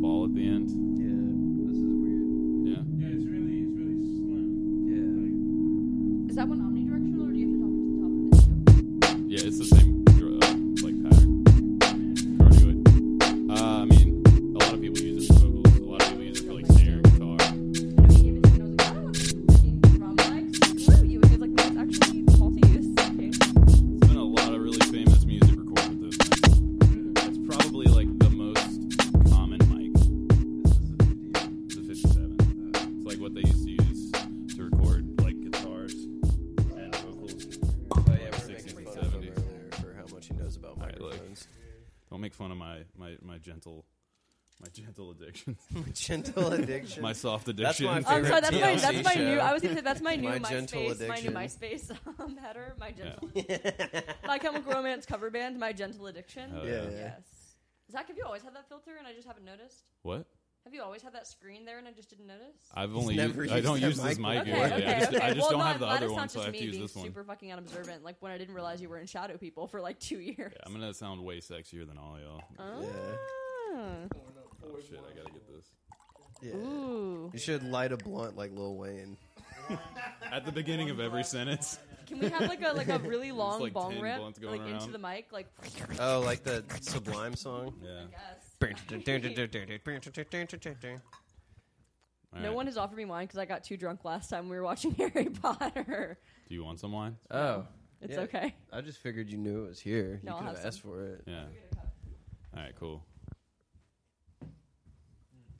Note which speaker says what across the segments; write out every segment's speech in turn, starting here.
Speaker 1: ball at the end.
Speaker 2: Yeah, this is weird.
Speaker 1: Yeah.
Speaker 3: Yeah, it's really, it's really slim.
Speaker 2: Yeah.
Speaker 3: Like,
Speaker 4: Is that one omnidirectional, or do you have to talk to the top of it? too?
Speaker 1: Yeah, it's the same uh, like pattern. Cardioid. Uh, I mean, a lot of people use it for vocals. A lot of people use it for like snare, guitar.
Speaker 4: I know he gave it to me, and I was like, I "Oh, don't want this fucking drum line to screw you. And he was like, no, it's actually multi-use. Okay.
Speaker 1: There's been a lot of really famous music recorded with this. thing. It's probably like the most common mic.
Speaker 2: This is a 50.
Speaker 1: It's a 57. It's like what they used to use to record like guitars and vocals.
Speaker 2: Oh, yeah, we're
Speaker 1: 60s
Speaker 2: making
Speaker 1: and
Speaker 2: fun of him
Speaker 1: 70s.
Speaker 2: earlier for how much he knows about
Speaker 1: All right, look.
Speaker 2: microphones.
Speaker 1: Don't make fun of my my, my gentle my gentle addiction.
Speaker 2: Gentle addiction.
Speaker 1: my soft
Speaker 2: That's
Speaker 1: addiction.
Speaker 2: my
Speaker 4: Oh, I'm sorry. That's my
Speaker 2: TLC
Speaker 4: that's my new.
Speaker 2: show.
Speaker 4: I was gonna say that's my new
Speaker 2: My gentle
Speaker 4: MySpace. My new
Speaker 2: addiction.
Speaker 4: MySpace um, header. My gentle. my Chemical Romance cover band. My gentle addiction.
Speaker 1: Oh,
Speaker 2: Yeah, yeah.
Speaker 4: Yes. Zach, have you always had that filter and I just haven't noticed?
Speaker 1: What?
Speaker 4: Have you always had that screen there and I just didn't notice?
Speaker 1: I've only used,
Speaker 2: never
Speaker 1: I
Speaker 2: used
Speaker 1: don't
Speaker 2: that
Speaker 1: use this
Speaker 2: mic
Speaker 1: mic
Speaker 4: okay,
Speaker 1: usually.
Speaker 4: okay,
Speaker 1: I just,
Speaker 4: okay.
Speaker 1: I just
Speaker 4: well,
Speaker 1: don't
Speaker 4: no,
Speaker 1: have the
Speaker 4: I'm glad
Speaker 1: other
Speaker 4: it's
Speaker 1: one,
Speaker 4: not
Speaker 1: so I
Speaker 4: just
Speaker 1: have
Speaker 4: me
Speaker 1: to use
Speaker 4: being
Speaker 1: this one.
Speaker 4: super fucking unobservant. Like when I didn't realize you were in Shadow People for like two years.
Speaker 1: Yeah, I'm gonna sound way sexier than all y'all.
Speaker 4: Ah.
Speaker 1: Oh shit, I gotta get this.
Speaker 2: Yeah.
Speaker 4: Ooh.
Speaker 2: You should light a blunt like Lil Wayne.
Speaker 1: At the beginning of every sentence.
Speaker 4: Can we have like a like a really long
Speaker 1: like
Speaker 4: bong
Speaker 1: 10
Speaker 4: rip
Speaker 1: blunts going
Speaker 4: like into
Speaker 1: around.
Speaker 4: the mic? Like
Speaker 2: Oh, like the Sublime song?
Speaker 1: Yeah.
Speaker 4: yes. No
Speaker 1: Alright.
Speaker 4: one has offered me wine because I got too drunk last time we were watching Harry Potter.
Speaker 1: Do you want some wine?
Speaker 2: Oh.
Speaker 4: It's
Speaker 2: Yeah.
Speaker 4: okay.
Speaker 2: I just figured you knew it was here.
Speaker 4: No, I'll
Speaker 2: you could have
Speaker 4: have
Speaker 2: asked
Speaker 4: some.
Speaker 2: for it.
Speaker 1: Yeah. All right, cool.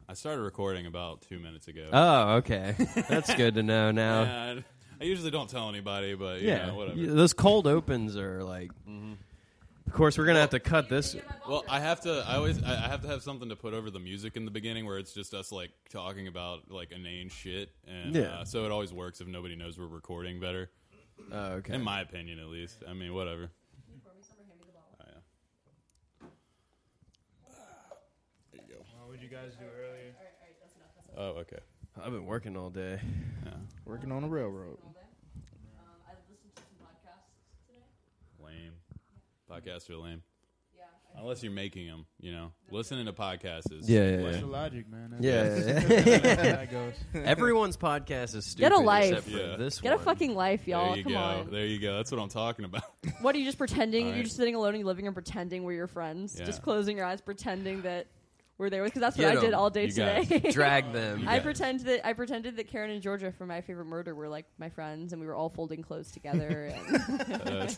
Speaker 1: I started recording about two minutes ago.
Speaker 5: Oh, okay. That's good to know now.
Speaker 1: And I usually don't tell anybody, but you
Speaker 5: yeah. Mm-hmm.
Speaker 1: know, whatever.
Speaker 5: Y- Those cold opens are like. Of course, we're going to have to cut this.
Speaker 1: Well, I have to. I always. I I have to have something to put over the music in the beginning, where it's just us like talking about like inane shit, and
Speaker 5: Yeah.
Speaker 1: uh, so it always works if nobody knows we're recording better.
Speaker 2: Oh, okay.
Speaker 1: In my opinion, at least. I mean, whatever. Oh, yeah.
Speaker 3: what would you guys do earlier?
Speaker 1: Oh, okay.
Speaker 2: I've been working all day.
Speaker 6: Working on a railroad.
Speaker 4: Um, I listened to some podcasts today.
Speaker 1: Lame. Podcasts are lame.
Speaker 4: Yeah.
Speaker 1: Unless you're making them, you know. Listening to podcasts is
Speaker 5: Yeah, yeah,
Speaker 1: lame.
Speaker 5: yeah.
Speaker 6: That's the logic, man. That's
Speaker 2: Yeah.
Speaker 6: that's how that goes.
Speaker 5: Everyone's podcast is stupid.
Speaker 4: Get a life.
Speaker 5: Except for
Speaker 1: Yeah.
Speaker 5: this
Speaker 4: Get a
Speaker 5: one.
Speaker 4: fucking life, y'all.
Speaker 1: There you
Speaker 4: Come
Speaker 1: go.
Speaker 4: on.
Speaker 1: There you go. That's what I'm talking about.
Speaker 4: What are you just pretending?
Speaker 1: All
Speaker 4: You're
Speaker 1: right.
Speaker 4: just sitting alone in your living room pretending we're your friends.
Speaker 1: Yeah.
Speaker 4: Just closing your eyes, pretending that we're there because that's what
Speaker 5: Get
Speaker 4: I did
Speaker 5: 'em.
Speaker 4: all day
Speaker 1: You guys.
Speaker 4: today.
Speaker 5: Drag them.
Speaker 4: I
Speaker 1: guys.
Speaker 4: pretend that I pretended that Karen and Georgia from My Favorite Murder were like my friends, and we were all folding clothes together. And
Speaker 1: Uh,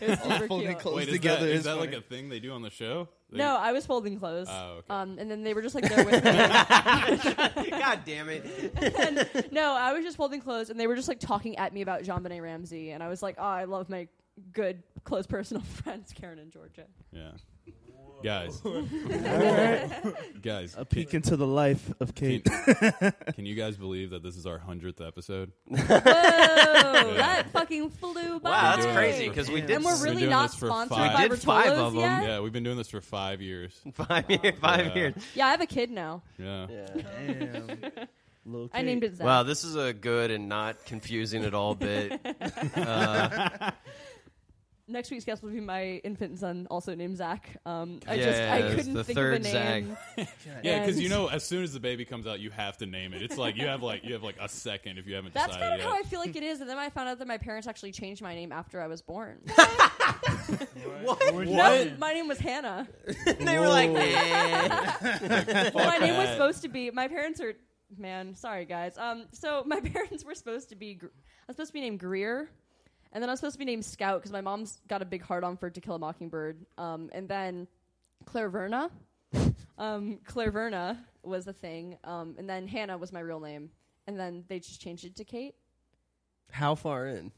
Speaker 4: it was super
Speaker 6: folding
Speaker 4: cute.
Speaker 6: clothes.
Speaker 1: wait, is
Speaker 6: together
Speaker 1: that, is
Speaker 6: is
Speaker 1: that like
Speaker 6: funny.
Speaker 1: a thing they do on the show? They-
Speaker 4: No, I was folding clothes.
Speaker 1: Oh, okay.
Speaker 4: Um, and then they were just like there with me.
Speaker 5: God damn it.
Speaker 4: No, I was just folding clothes, and they were just like talking at me about Jean Benet Ramsey, and I was like, oh, I love my good close personal friends, Karen and Georgia.
Speaker 1: Yeah. Guys. guys.
Speaker 6: A peek into the life of
Speaker 1: Can,
Speaker 6: Kate.
Speaker 1: can you guys believe that this is our 100th episode?
Speaker 4: Whoa, that fucking flew by.
Speaker 5: Wow, that's
Speaker 1: Doing
Speaker 5: crazy
Speaker 1: this
Speaker 5: because we
Speaker 1: for-
Speaker 5: did.
Speaker 4: and we're
Speaker 1: Been
Speaker 4: really
Speaker 1: doing
Speaker 4: not
Speaker 1: this for
Speaker 4: sponsored
Speaker 1: five-
Speaker 4: by
Speaker 5: We did five
Speaker 4: Rotolo's
Speaker 5: of 'em.
Speaker 4: yet. Yeah.
Speaker 1: Yeah, we've been doing this for five years.
Speaker 5: five year, five
Speaker 1: Yeah.
Speaker 5: years.
Speaker 4: I have a kid now.
Speaker 1: Yeah.
Speaker 2: Yeah.
Speaker 6: Damn. Lil
Speaker 4: I
Speaker 6: Kate.
Speaker 4: named it Zach.
Speaker 5: Wow, this is a good and not confusing at all bit.
Speaker 4: Next week's guest will be my infant son, also named Zach. Um, I
Speaker 5: Yeah,
Speaker 4: just I couldn't
Speaker 5: the
Speaker 4: think
Speaker 5: third
Speaker 4: of a name.
Speaker 5: Zach.
Speaker 1: Yeah, because
Speaker 4: And-
Speaker 1: you know, as soon as the baby comes out, you have to name it. It's like you have like you have like a second if you haven't
Speaker 4: That's kind
Speaker 1: decided
Speaker 4: of
Speaker 1: yet.
Speaker 4: how I feel like it is, and then I found out that my parents actually changed my name after I was born.
Speaker 3: What? would you
Speaker 4: No,
Speaker 3: do?
Speaker 4: my name was Hannah.
Speaker 5: they were like, eh.
Speaker 4: my name was
Speaker 1: that.
Speaker 4: supposed to be. My parents are man. Sorry guys. Um, so my parents were supposed to be. Gr- I was supposed to be named Greer, and then I was supposed to be named Scout because my mom's got a big heart on for To Kill a Mockingbird. Um, and then Claire Verna. um, Claire Verna was a thing. Um, and then Hannah was my real name. And then they just changed it to Kate.
Speaker 2: How far in?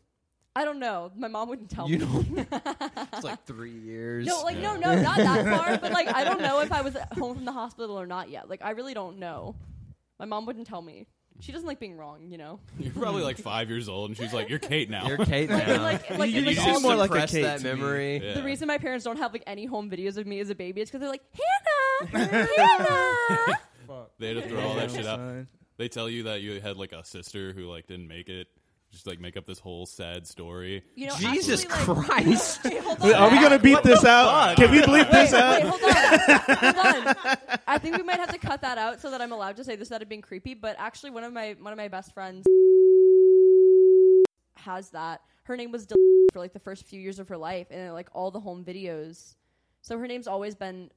Speaker 4: I don't know. My mom wouldn't tell
Speaker 2: You
Speaker 4: me.
Speaker 2: It's like three years.
Speaker 4: No, like no, no, not that far. But like, I don't know if I was at home from the hospital or not yet. Like, I really don't know. My mom wouldn't tell me. She doesn't like being wrong, you know.
Speaker 1: You're probably like five years old, and she's like, "You're Kate now."
Speaker 5: You're Kate
Speaker 4: Like,
Speaker 5: now.
Speaker 4: like, like,
Speaker 6: You
Speaker 4: it was
Speaker 6: just
Speaker 4: all-
Speaker 6: seem more like a
Speaker 5: suppress
Speaker 6: Kate
Speaker 5: that
Speaker 6: to me.
Speaker 5: memory.
Speaker 1: Yeah.
Speaker 4: the reason my parents don't have like any home videos of me as a baby is because they're like Hannah, Hannah.
Speaker 1: they had to throw all that
Speaker 6: Damn,
Speaker 1: shit up.
Speaker 6: son.
Speaker 1: They tell you that you had like a sister who like didn't make it. Just like make up this whole sad story.
Speaker 4: You know,
Speaker 5: Jesus
Speaker 4: actually, like-
Speaker 5: Christ.
Speaker 4: Wait, hold on.
Speaker 6: Wait, are we gonna beat this out? Can we bleep
Speaker 4: Wait,
Speaker 6: this out?
Speaker 4: wait, hold on. Hold on. I think we might have to cut that out so that I'm allowed to say this without it being creepy. But actually, one of my one of my best friends has that. Her name was Del- for like the first few years of her life, and like all the home videos. So her name's always been.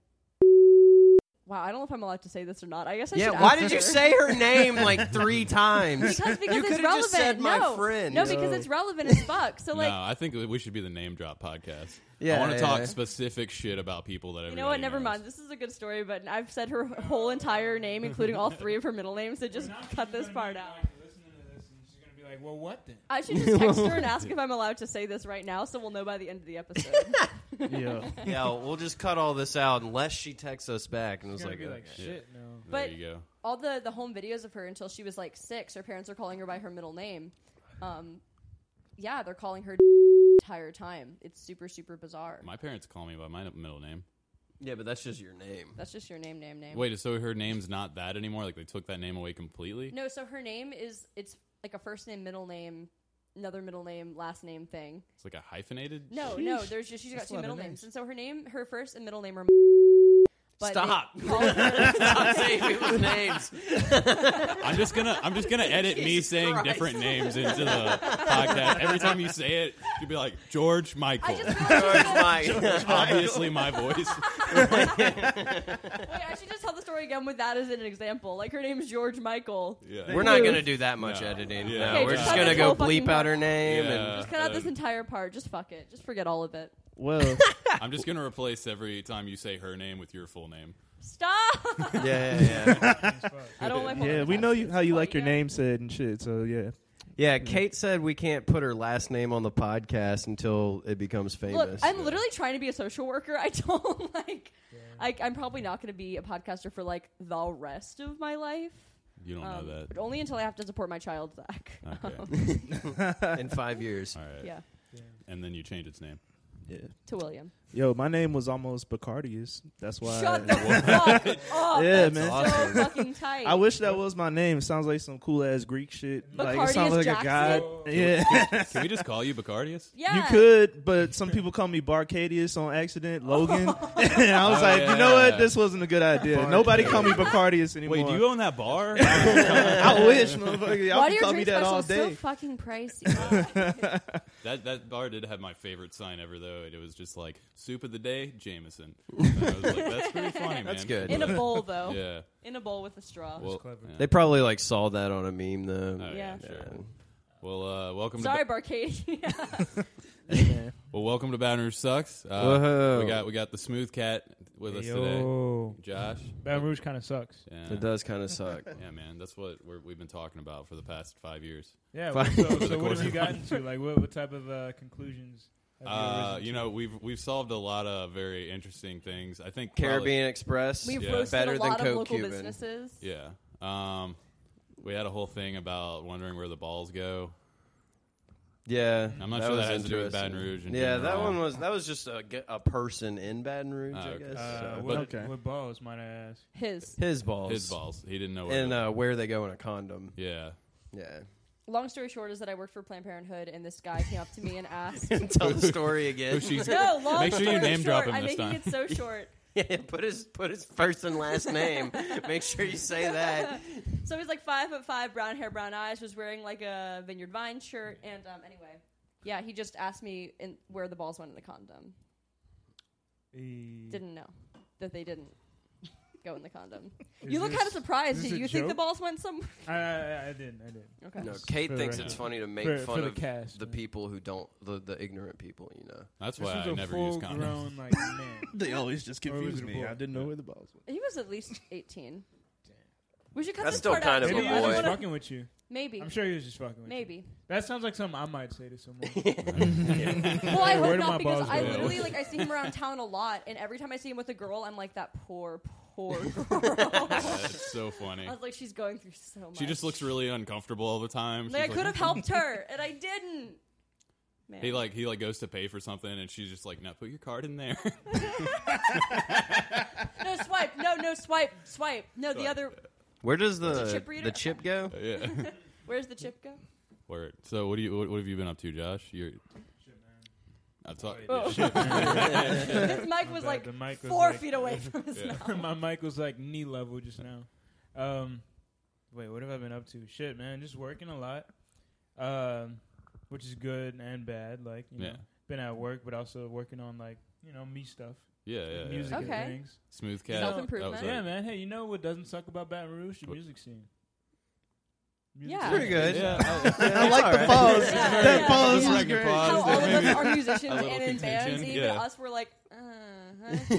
Speaker 4: Wow, I don't know if I'm allowed to say this or not. I guess I
Speaker 2: Yeah,
Speaker 4: should
Speaker 2: why
Speaker 4: ask
Speaker 2: did you
Speaker 4: her.
Speaker 2: say her name like three times?
Speaker 4: Because, because
Speaker 2: You
Speaker 4: it's
Speaker 2: could've
Speaker 4: relevant.
Speaker 2: just said my
Speaker 4: no.
Speaker 2: friend.
Speaker 4: No, because it's relevant as fuck. So like,
Speaker 1: no, I think we should be the name drop podcast. I
Speaker 2: Yeah,
Speaker 1: want to
Speaker 2: yeah,
Speaker 1: talk
Speaker 2: yeah.
Speaker 1: specific shit about people that
Speaker 4: You know what?
Speaker 1: everybody
Speaker 4: Never
Speaker 1: knows.
Speaker 4: mind. This is a good story, but I've said her whole entire name, including all three of her middle names, so just
Speaker 3: Now she's
Speaker 4: cut this
Speaker 3: gonna
Speaker 4: part
Speaker 3: be
Speaker 4: out.
Speaker 3: Like, listening to this, and she's gonna be like, "Well, what then?"
Speaker 4: I should just text her and ask if I'm allowed to say this right now, so we'll know by the end of the episode.
Speaker 6: yeah.
Speaker 2: yeah, we'll just cut all this out unless she texts us back and
Speaker 3: She's
Speaker 2: was
Speaker 3: gonna
Speaker 2: like, "Oh,
Speaker 3: be like,
Speaker 2: okay.
Speaker 3: "Shit, no."
Speaker 1: There
Speaker 4: But-
Speaker 1: you go.
Speaker 4: all the, the home videos of her until she was like six, her parents are calling her by her middle name. Um, yeah, they're calling her the entire time. It's super, super bizarre.
Speaker 1: My parents call me by my middle name.
Speaker 2: yeah, but that's just your name.
Speaker 4: That's just your name, name, name.
Speaker 1: Wait, so her name's not that anymore? Like they took that name away completely?
Speaker 4: No, so her name is, it's like a first name, middle name, another middle name, last name thing.
Speaker 1: It's like a hyphenated.
Speaker 4: No,
Speaker 1: shit?
Speaker 4: no. There's just she's got
Speaker 6: That's a
Speaker 4: two
Speaker 6: lot of
Speaker 4: middle
Speaker 6: names.
Speaker 4: names, and so her name, her first and middle name are. they
Speaker 2: Stop.
Speaker 4: call her-
Speaker 2: Stop saying people's names.
Speaker 1: I'm just gonna I'm just gonna edit me
Speaker 2: Jesus
Speaker 1: saying
Speaker 2: Christ.
Speaker 1: different names into the podcast. Every time you say it, you'd be like George
Speaker 4: I
Speaker 1: Michael.
Speaker 4: just realized that-
Speaker 1: Obviously, my voice.
Speaker 4: wait, I should just tell the story again with that as an example. Like her name's George Michael.
Speaker 1: Yeah.
Speaker 2: We're not gonna do that much
Speaker 1: No.
Speaker 2: editing.
Speaker 1: Yeah.
Speaker 2: No,
Speaker 1: Okay,
Speaker 2: we're
Speaker 1: just
Speaker 2: just
Speaker 1: cut
Speaker 2: gonna
Speaker 4: this
Speaker 2: go
Speaker 4: whole fucking
Speaker 2: bleep out her name
Speaker 1: Yeah.
Speaker 4: Just cut out this
Speaker 1: Uh,
Speaker 4: entire part. Just fuck it. Just forget all of it.
Speaker 6: Well,
Speaker 1: I'm just gonna replace every time you say her name with your full name.
Speaker 4: Stop.
Speaker 2: and yeah, yeah, yeah.
Speaker 4: I don't like.
Speaker 6: yeah, we know you how you like your name said and shit. So yeah,
Speaker 2: Yeah, Kate said we can't put her last name on the podcast until it becomes famous.
Speaker 4: Look, I'm literally trying to be a social worker. I don't like. I, I'm probably not going to be a podcaster for like the rest of my life.
Speaker 1: You don't
Speaker 4: Um,
Speaker 1: know
Speaker 4: But only until I have to support my child, Zach.
Speaker 1: that. Okay.
Speaker 4: Um,
Speaker 2: in five years.
Speaker 1: All right.
Speaker 4: yeah,
Speaker 1: And then you change its name.
Speaker 6: yeah.
Speaker 4: to William.
Speaker 6: Yo, my name was almost Bacardius. That's why.
Speaker 4: Shut the fuck up.
Speaker 6: Yeah,
Speaker 4: That's
Speaker 6: man.
Speaker 2: Awesome.
Speaker 4: so fucking tight.
Speaker 6: I wish that was my name. It sounds like some cool ass Greek shit. like it sounds
Speaker 4: Bacardius
Speaker 6: like
Speaker 4: Jackson?
Speaker 6: a god. Yeah.
Speaker 1: Can we just call you Bacardius?
Speaker 4: yeah.
Speaker 6: You could, but some people call me Barcadius on accident, Logan. and I was
Speaker 1: Oh,
Speaker 6: like, you know
Speaker 1: yeah.
Speaker 6: what? This wasn't a good idea. Nobody call me Bacardius anymore.
Speaker 1: Wait, do you own that bar?
Speaker 6: I wish, motherfucker. Y'all
Speaker 4: Why
Speaker 6: can
Speaker 4: do your
Speaker 6: call
Speaker 4: drink
Speaker 6: me that all
Speaker 4: specials so
Speaker 6: day.
Speaker 4: fucking pricey?
Speaker 1: that that bar did have my favorite sign ever though. It was just like soup of the day, Jameson. And I was like, that's pretty funny, man.
Speaker 2: That's good.
Speaker 4: In a bowl, though.
Speaker 1: Yeah.
Speaker 4: In a bowl with a straw.
Speaker 1: Well,
Speaker 3: clever.
Speaker 1: yeah.
Speaker 2: They probably like saw that on a meme though.
Speaker 1: Oh,
Speaker 4: Yeah.
Speaker 1: yeah, sure. Well, uh, welcome.
Speaker 4: Sorry,
Speaker 1: To
Speaker 4: Barcade.
Speaker 1: ba- well, welcome to Baton Rouge sucks. Uh,
Speaker 2: Whoa.
Speaker 1: we got we got the smooth cat with us today, Josh.
Speaker 3: Baton Rouge kind of sucks.
Speaker 1: Yeah.
Speaker 2: It does kind of suck.
Speaker 1: yeah, man, that's what we're, we've been talking about for the past five years.
Speaker 3: Yeah. Well,
Speaker 2: Fine.
Speaker 3: so,
Speaker 1: Over the
Speaker 3: so what
Speaker 1: course
Speaker 3: have you
Speaker 1: of-
Speaker 3: gotten to? Like, what, what type of uh, conclusions? Have
Speaker 1: Uh,
Speaker 3: arisen
Speaker 1: you
Speaker 3: to?
Speaker 1: know, we've we've solved a lot of very interesting things. I think probably-
Speaker 2: Caribbean Express.
Speaker 4: We've
Speaker 1: Yeah.
Speaker 4: roasted
Speaker 2: Better
Speaker 4: a
Speaker 2: than
Speaker 4: lot of
Speaker 2: Coke
Speaker 4: local
Speaker 2: Cuban.
Speaker 4: businesses.
Speaker 1: Yeah. Um, we had a whole thing about wondering where the balls go.
Speaker 2: Yeah,
Speaker 1: I'm not sure
Speaker 2: was
Speaker 1: that has to do with
Speaker 2: interesting.
Speaker 1: Baton Rouge in
Speaker 2: Yeah, that
Speaker 1: general.
Speaker 2: one was that was just a, g- a person in Baton Rouge,
Speaker 1: Oh,
Speaker 2: I
Speaker 1: okay.
Speaker 2: guess.
Speaker 3: Uh,
Speaker 2: so-
Speaker 3: what,
Speaker 6: Okay.
Speaker 3: what balls might I ask?
Speaker 4: His.
Speaker 2: his balls,
Speaker 1: His balls. He didn't know where.
Speaker 2: and
Speaker 1: the-
Speaker 2: uh, where they go in a condom.
Speaker 1: yeah.
Speaker 2: Yeah,
Speaker 4: Long story short is that I worked for Planned Parenthood, and this guy came up to me and asked.
Speaker 2: tell the story again.
Speaker 1: Who she's-
Speaker 4: No, long
Speaker 1: Make sure you
Speaker 4: story
Speaker 1: name drop
Speaker 4: short,
Speaker 1: him
Speaker 4: I'm
Speaker 1: this
Speaker 4: making
Speaker 1: time.
Speaker 4: it so short.
Speaker 2: Yeah, put his put his first and last name. Make sure you say that.
Speaker 4: So he's like five foot five, brown hair, brown eyes. Was wearing like a Vineyard Vine shirt, and um, anyway, yeah, he just asked me in, where the balls went in the condom. Didn't know that they didn't go in the condom. you look
Speaker 3: this-
Speaker 4: kind of surprised.
Speaker 3: is
Speaker 4: Do
Speaker 3: this a
Speaker 4: you think the
Speaker 3: joke?
Speaker 4: balls went some?
Speaker 3: I, I, I didn't. I didn't.
Speaker 4: Okay.
Speaker 2: No, Kate
Speaker 6: For the
Speaker 2: thinks
Speaker 1: record.
Speaker 2: it's funny to make
Speaker 3: For-
Speaker 2: fun
Speaker 3: for the
Speaker 2: of
Speaker 3: cast,
Speaker 2: the
Speaker 3: yeah.
Speaker 2: people who don't the, the ignorant people. You know,
Speaker 1: That's
Speaker 3: This
Speaker 1: why
Speaker 3: was
Speaker 1: I
Speaker 3: a
Speaker 1: never use condoms.
Speaker 3: full-grown like man.
Speaker 6: They always just
Speaker 3: Or was
Speaker 6: confuse
Speaker 3: it a
Speaker 6: me.
Speaker 3: boy?
Speaker 6: I didn't know where the balls were.
Speaker 4: He was at least eighteen. We should cut
Speaker 2: That's
Speaker 4: this
Speaker 2: still
Speaker 4: part
Speaker 2: kind
Speaker 4: out.
Speaker 2: of
Speaker 4: too.
Speaker 3: Maybe
Speaker 2: a
Speaker 3: he
Speaker 4: I
Speaker 3: was
Speaker 4: don't
Speaker 3: just
Speaker 2: boy.
Speaker 4: wanna-
Speaker 3: fucking with you.
Speaker 4: Maybe.
Speaker 3: I'm sure he was just fucking with you.
Speaker 4: Maybe.
Speaker 3: That sounds like something I might say to someone.
Speaker 4: Well, I
Speaker 3: Where
Speaker 4: hope
Speaker 3: do my
Speaker 4: not because
Speaker 3: balls
Speaker 4: I
Speaker 3: go?
Speaker 4: literally like I see him around town a lot, and every time I see him with a girl, I'm like that poor, poor girl.
Speaker 1: That's so funny.
Speaker 4: I was like, she's going through so much.
Speaker 1: She just looks really uncomfortable all the time.
Speaker 4: like I
Speaker 1: She's
Speaker 4: could have helped her, and I didn't. Man.
Speaker 1: He like he like goes to pay for something and she's just like, "No, put your card in there."
Speaker 4: no swipe, no no swipe, swipe. No, the
Speaker 1: Swipe.
Speaker 4: other.
Speaker 2: where does the
Speaker 4: It's a chip reader.
Speaker 2: the chip go?
Speaker 1: yeah.
Speaker 4: Where's the chip go?
Speaker 1: Word. So what do you what, what have you been up to, Josh? You're I thought.
Speaker 4: Oh. this mic was
Speaker 3: bad.
Speaker 4: like
Speaker 3: The mic was
Speaker 4: four
Speaker 3: like-
Speaker 4: feet away from his
Speaker 1: Yeah.
Speaker 4: mouth.
Speaker 3: My mic was like knee level just now. Um, wait, what have I been up to? Shit, man, just working a lot, um, which is good and bad. Like, you know,
Speaker 1: Yeah.
Speaker 3: been at work, but also working on like you know me stuff,
Speaker 1: Yeah, yeah, yeah.
Speaker 3: music and
Speaker 4: Okay.
Speaker 3: things.
Speaker 1: Smooth cat.
Speaker 4: Self-improvement.
Speaker 1: That was
Speaker 3: Yeah,
Speaker 1: right.
Speaker 3: man. Hey, you know what doesn't suck about Baton Rouge? The
Speaker 1: What?
Speaker 3: music scene.
Speaker 4: Yeah.
Speaker 3: scene.
Speaker 4: Pretty
Speaker 2: good.
Speaker 1: Yeah, I-
Speaker 2: I like the
Speaker 4: Yeah,
Speaker 2: pause.
Speaker 4: yeah,
Speaker 2: that
Speaker 4: yeah.
Speaker 2: pause
Speaker 1: Yeah.
Speaker 2: was great.
Speaker 4: How all of us
Speaker 1: Maybe
Speaker 4: are musicians
Speaker 1: a little
Speaker 4: and in bands,
Speaker 1: contention,
Speaker 4: even
Speaker 1: yeah.
Speaker 4: us were like, uh, yeah,
Speaker 3: They-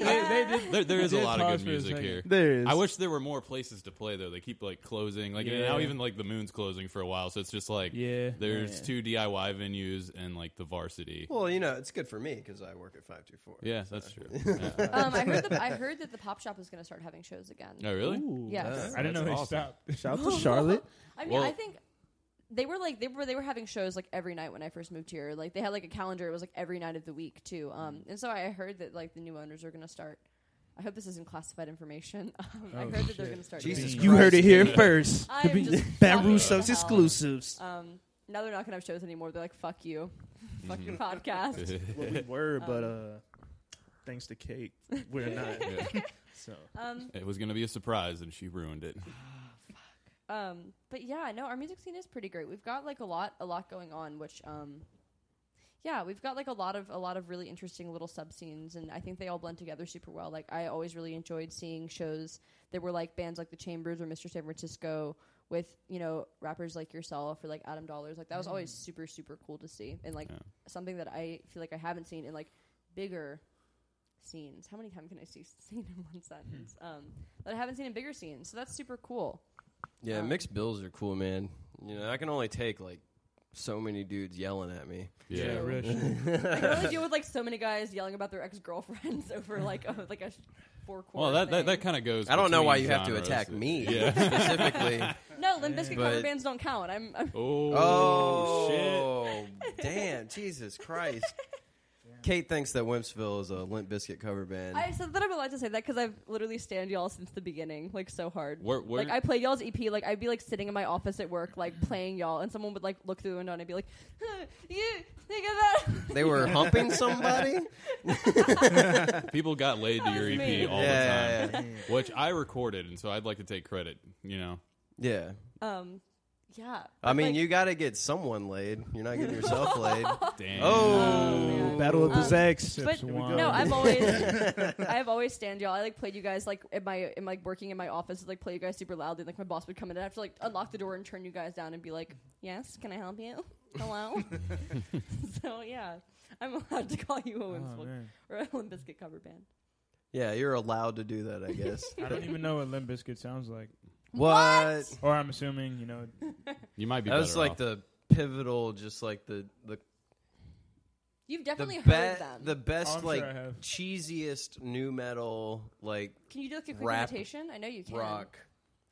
Speaker 4: yeah.
Speaker 3: they did-
Speaker 1: there, there
Speaker 3: I
Speaker 1: is a
Speaker 3: did
Speaker 1: lot of
Speaker 3: pause
Speaker 1: good
Speaker 3: for a
Speaker 1: music
Speaker 3: second.
Speaker 1: here.
Speaker 6: There is.
Speaker 1: I wish there were more places to play though. They keep like closing, like
Speaker 3: Yeah.
Speaker 1: now even like the Moon's closing for a while, so it's just like
Speaker 3: Yeah.
Speaker 1: there's
Speaker 6: Yeah.
Speaker 1: two DIY venues and like the Varsity.
Speaker 2: Well, you know, it's good for me because I work at 524.
Speaker 1: Yeah, that's true. Yeah.
Speaker 4: um, I heard the, I heard that the pop shop is going to start having shows again.
Speaker 1: No, really?
Speaker 6: Ooh.
Speaker 4: Yes.
Speaker 3: I didn't know
Speaker 1: That's
Speaker 3: they
Speaker 1: awesome.
Speaker 3: stopped.
Speaker 6: Shout out to Charlotte.
Speaker 4: I mean,
Speaker 1: Well-
Speaker 4: I think they were like they were they were having shows like every night when I first moved here. Like they had like a calendar. It was like every night of the week too. Um, and so I heard that like the new owners are going to start. I hope this isn't classified information. Um, I
Speaker 3: Oh,
Speaker 4: heard that they're
Speaker 3: shit.
Speaker 4: going to start.
Speaker 2: Jesus
Speaker 4: doing-
Speaker 2: Christ.
Speaker 6: You heard it here first.
Speaker 4: I am just
Speaker 6: Baton
Speaker 4: fucking
Speaker 6: Rouge Subs
Speaker 4: hell.
Speaker 6: exclusives.
Speaker 4: Um, now they're not going to have shows anymore. They're like, fuck you, fuck your podcast.
Speaker 6: Well, we were,
Speaker 4: but,
Speaker 6: but uh, thanks to Kate, we're not.
Speaker 1: Yeah.
Speaker 6: So
Speaker 4: Um,
Speaker 1: It was gonna be a surprise, and she ruined it.
Speaker 4: um, but yeah, no, our music scene is pretty great. We've got like a lot, a lot going on, which, um, yeah, we've got like a lot of a lot of really interesting little sub scenes, and I think they all blend together super well. Like I always really enjoyed seeing shows that were like bands like the Chambers or Mr. San Francisco with you know rappers like yourself or like Adam Dollars. Like that was always super super cool to see, and like
Speaker 1: Yeah.
Speaker 4: something that I feel like I haven't seen in like bigger scenes. How many times can I see scene in one sentence? Um, that I haven't seen in bigger scenes, so that's super cool.
Speaker 2: Yeah,
Speaker 4: Um,
Speaker 2: mixed bills are cool, man. You know, I can only take like so many dudes yelling at me.
Speaker 1: Yeah,
Speaker 3: real shit.
Speaker 4: I can only deal with like so many guys yelling about their ex girlfriends over like a, like a four chord.
Speaker 1: Well, that that,
Speaker 4: thing.
Speaker 1: that kind of goes.
Speaker 2: I don't know
Speaker 1: between
Speaker 2: why you have to
Speaker 1: genres.
Speaker 2: attack me
Speaker 1: Yeah.
Speaker 2: specifically.
Speaker 4: no Limp Bizkit cover
Speaker 2: But-
Speaker 4: bands don't count. I'm, I'm
Speaker 1: oh, shit.
Speaker 2: Oh, damn! Jesus Christ. Kate thinks that Wimpsville is a Limp Biscuit cover band.
Speaker 4: I said that I'm allowed to say that because I've literally stand y'all since the beginning, like so hard.
Speaker 1: Where, where,
Speaker 4: Like I play y'all's EP, like I'd be like sitting in my office at work, like playing y'all, and someone would like look through the window and I'd be like, huh, "You think of that?"
Speaker 2: they were humping somebody.
Speaker 1: people got laid to
Speaker 4: That
Speaker 1: your
Speaker 4: was
Speaker 1: EP
Speaker 4: me.
Speaker 1: all the
Speaker 2: yeah,
Speaker 1: time, which I recorded, and so I'd like to take credit. You know,
Speaker 2: yeah, yeah.
Speaker 4: Um,
Speaker 2: I
Speaker 4: yeah. But,
Speaker 2: mean,
Speaker 4: like-
Speaker 2: you got to get someone laid. You're not getting yourself laid.
Speaker 1: damn.
Speaker 2: Oh,
Speaker 4: man.
Speaker 6: battle of the
Speaker 4: Um,
Speaker 6: Zags.
Speaker 4: but
Speaker 3: Here we go.
Speaker 4: no, I've always I've always stand y'all. I like played you guys like in my in like working in my office, like play you guys super loudly. Like my boss would come in and I have to like unlock the door and turn you guys down and be like, "Yes, can I help you? Hello." so yeah, I'm allowed to call you a
Speaker 3: Oh,
Speaker 4: Winslow
Speaker 3: man.
Speaker 4: or a Limp Bizkit cover band.
Speaker 2: yeah. You're allowed to do that, I guess.
Speaker 3: I don't even know what Limp Bizkit sounds like.
Speaker 2: what?
Speaker 3: Or I'm assuming, you know,
Speaker 1: you might be.
Speaker 2: That was
Speaker 1: better
Speaker 2: like
Speaker 1: off.
Speaker 2: the pivotal, just like the the
Speaker 4: You've definitely
Speaker 2: the,
Speaker 4: heard
Speaker 2: be-
Speaker 4: them.
Speaker 2: the
Speaker 3: Oh,
Speaker 2: best
Speaker 3: I'm sure
Speaker 2: like
Speaker 3: I have.
Speaker 2: cheesiest new metal like
Speaker 4: can you do like a quick
Speaker 2: rap,
Speaker 4: imitation? I know you can.
Speaker 2: rock.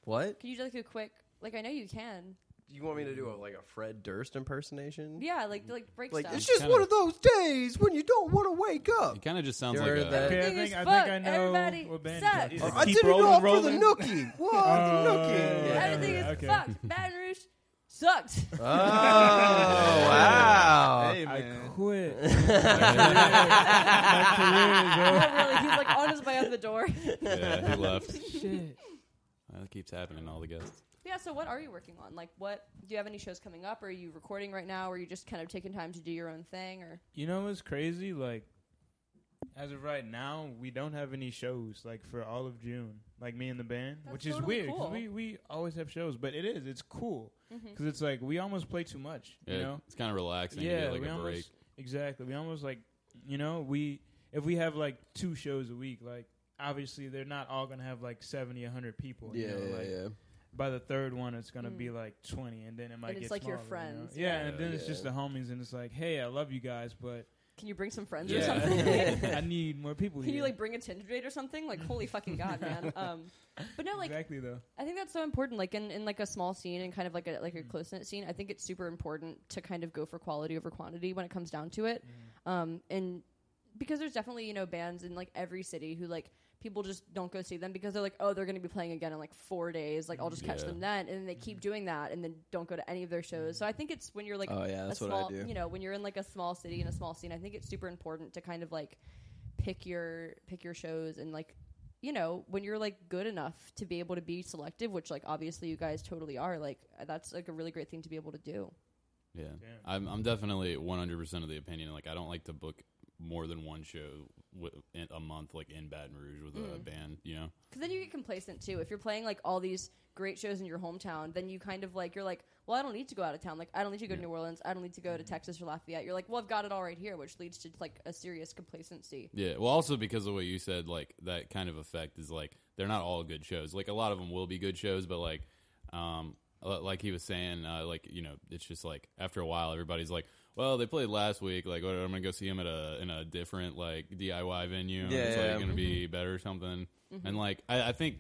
Speaker 2: What?
Speaker 4: Can you do like a quick? Like I know you can.
Speaker 2: You want me to do a, like a Fred Durst impersonation?
Speaker 4: Yeah, like like break
Speaker 2: Like
Speaker 4: stuff.
Speaker 2: it's just
Speaker 1: Kinda-
Speaker 2: one of those days when you don't want to wake up.
Speaker 1: It kind of just sounds
Speaker 2: You
Speaker 1: like
Speaker 2: heard
Speaker 1: a.
Speaker 2: that?
Speaker 3: okay, I
Speaker 4: Thing
Speaker 3: think,
Speaker 4: is
Speaker 3: I,
Speaker 4: fuck,
Speaker 3: think I know
Speaker 4: everybody
Speaker 3: what band
Speaker 4: sucks.
Speaker 3: it is.
Speaker 6: Or
Speaker 2: I
Speaker 6: Keep
Speaker 2: did it
Speaker 6: rolling,
Speaker 2: all for the
Speaker 6: rolling.
Speaker 2: nookie. Whoa, the nookie.
Speaker 3: yeah.
Speaker 4: Everything is
Speaker 3: Okay.
Speaker 4: fucked. Baton Rouge sucked.
Speaker 2: Oh wow!
Speaker 6: Hey,
Speaker 3: I
Speaker 6: man.
Speaker 3: quit.
Speaker 4: Not really. He's like on his way out the door.
Speaker 1: Yeah, he left. That keeps happening. to All the guests.
Speaker 4: Yeah. So, what are you working on? Like, what do you have any shows coming up? Are you recording right now? Or are you just kind of taking time to do your own thing? Or
Speaker 3: You know what's crazy? Like, as of right now, we don't have any shows like for all of June. Like me and the band,
Speaker 4: That's
Speaker 3: which is
Speaker 4: totally
Speaker 3: weird 'cause
Speaker 4: cool.
Speaker 3: we we always have shows, but it is it's cool because it's like we almost play too much.
Speaker 1: Yeah,
Speaker 3: You know?
Speaker 1: it's kind of relaxing. You
Speaker 3: Yeah,
Speaker 1: get, like
Speaker 3: we
Speaker 1: a
Speaker 3: almost
Speaker 1: break.
Speaker 3: exactly. We almost like you know we if we have like two shows a week, like obviously they're not all gonna have like 70, 100 people.
Speaker 2: Yeah,
Speaker 3: you know?
Speaker 2: yeah,
Speaker 3: like,
Speaker 2: yeah.
Speaker 3: By the third one, it's gonna
Speaker 4: Mm.
Speaker 3: be like twenty, and then it might
Speaker 4: it's
Speaker 3: get
Speaker 4: like your
Speaker 3: smaller, you know?
Speaker 4: friends,
Speaker 3: Yeah,
Speaker 1: right?
Speaker 3: and then it's
Speaker 2: Yeah.
Speaker 3: just the homies, and it's like, hey, I love you guys, but
Speaker 4: can you bring some friends or
Speaker 1: Yeah.
Speaker 4: something?
Speaker 3: I need more people
Speaker 4: Can
Speaker 3: here.
Speaker 4: you like bring a Tinder date or something? Like, holy fucking god, man. Um, but no, like,
Speaker 3: exactly though?
Speaker 4: I think that's so important. Like in, in like a small scene and kind of like a like a close knit scene, I think Mm-hmm. it's super important to kind of go for quality over quantity when it comes down to it. Um, and because there's definitely you know bands in like every city who like people just don't go see them because they're like oh they're going to be playing again in like four days like I'll just catch
Speaker 1: Yeah.
Speaker 4: them then and they keep doing that and then don't go to any of their shows so I think it's when you're like
Speaker 5: Mm-hmm. Oh, yeah,
Speaker 4: a
Speaker 5: that's what I
Speaker 4: small
Speaker 5: do.
Speaker 4: you know when you're in like a small city and a small scene I think it's super important to kind of like pick your pick your shows and like you know when you're like good enough to be able to be selective which like obviously you guys totally are like that's like a really great thing to be able to do
Speaker 1: Yeah,
Speaker 3: Damn.
Speaker 1: I'm I'm definitely 100 percent of the opinion. Like, I don't like to book more than one show wi- in a month, like in Baton Rouge with a band. You know,
Speaker 4: Because then you get complacent too. If you're playing like all these great shows in your hometown, then you kind of like you're like, well, I don't need to go out of town. Like I don't need to go to New Orleans. I don't need to go to Texas or Lafayette. You're like, well, I've got it all right here, which leads to like a serious complacency.
Speaker 1: yeah. Well, also because of what you said, like that kind of effect is like they're not all good shows. Like a lot of them will be good shows, but like, um, li- like he was saying, uh, like you know, it's just like after a while, everybody's like. Well, they played last week. Like, what, I'm gonna go see them at a in a different like DIY
Speaker 5: Yeah,
Speaker 1: venue. it's
Speaker 5: yeah. mm-hmm.
Speaker 1: like, gonna be better or something. And like, I, I think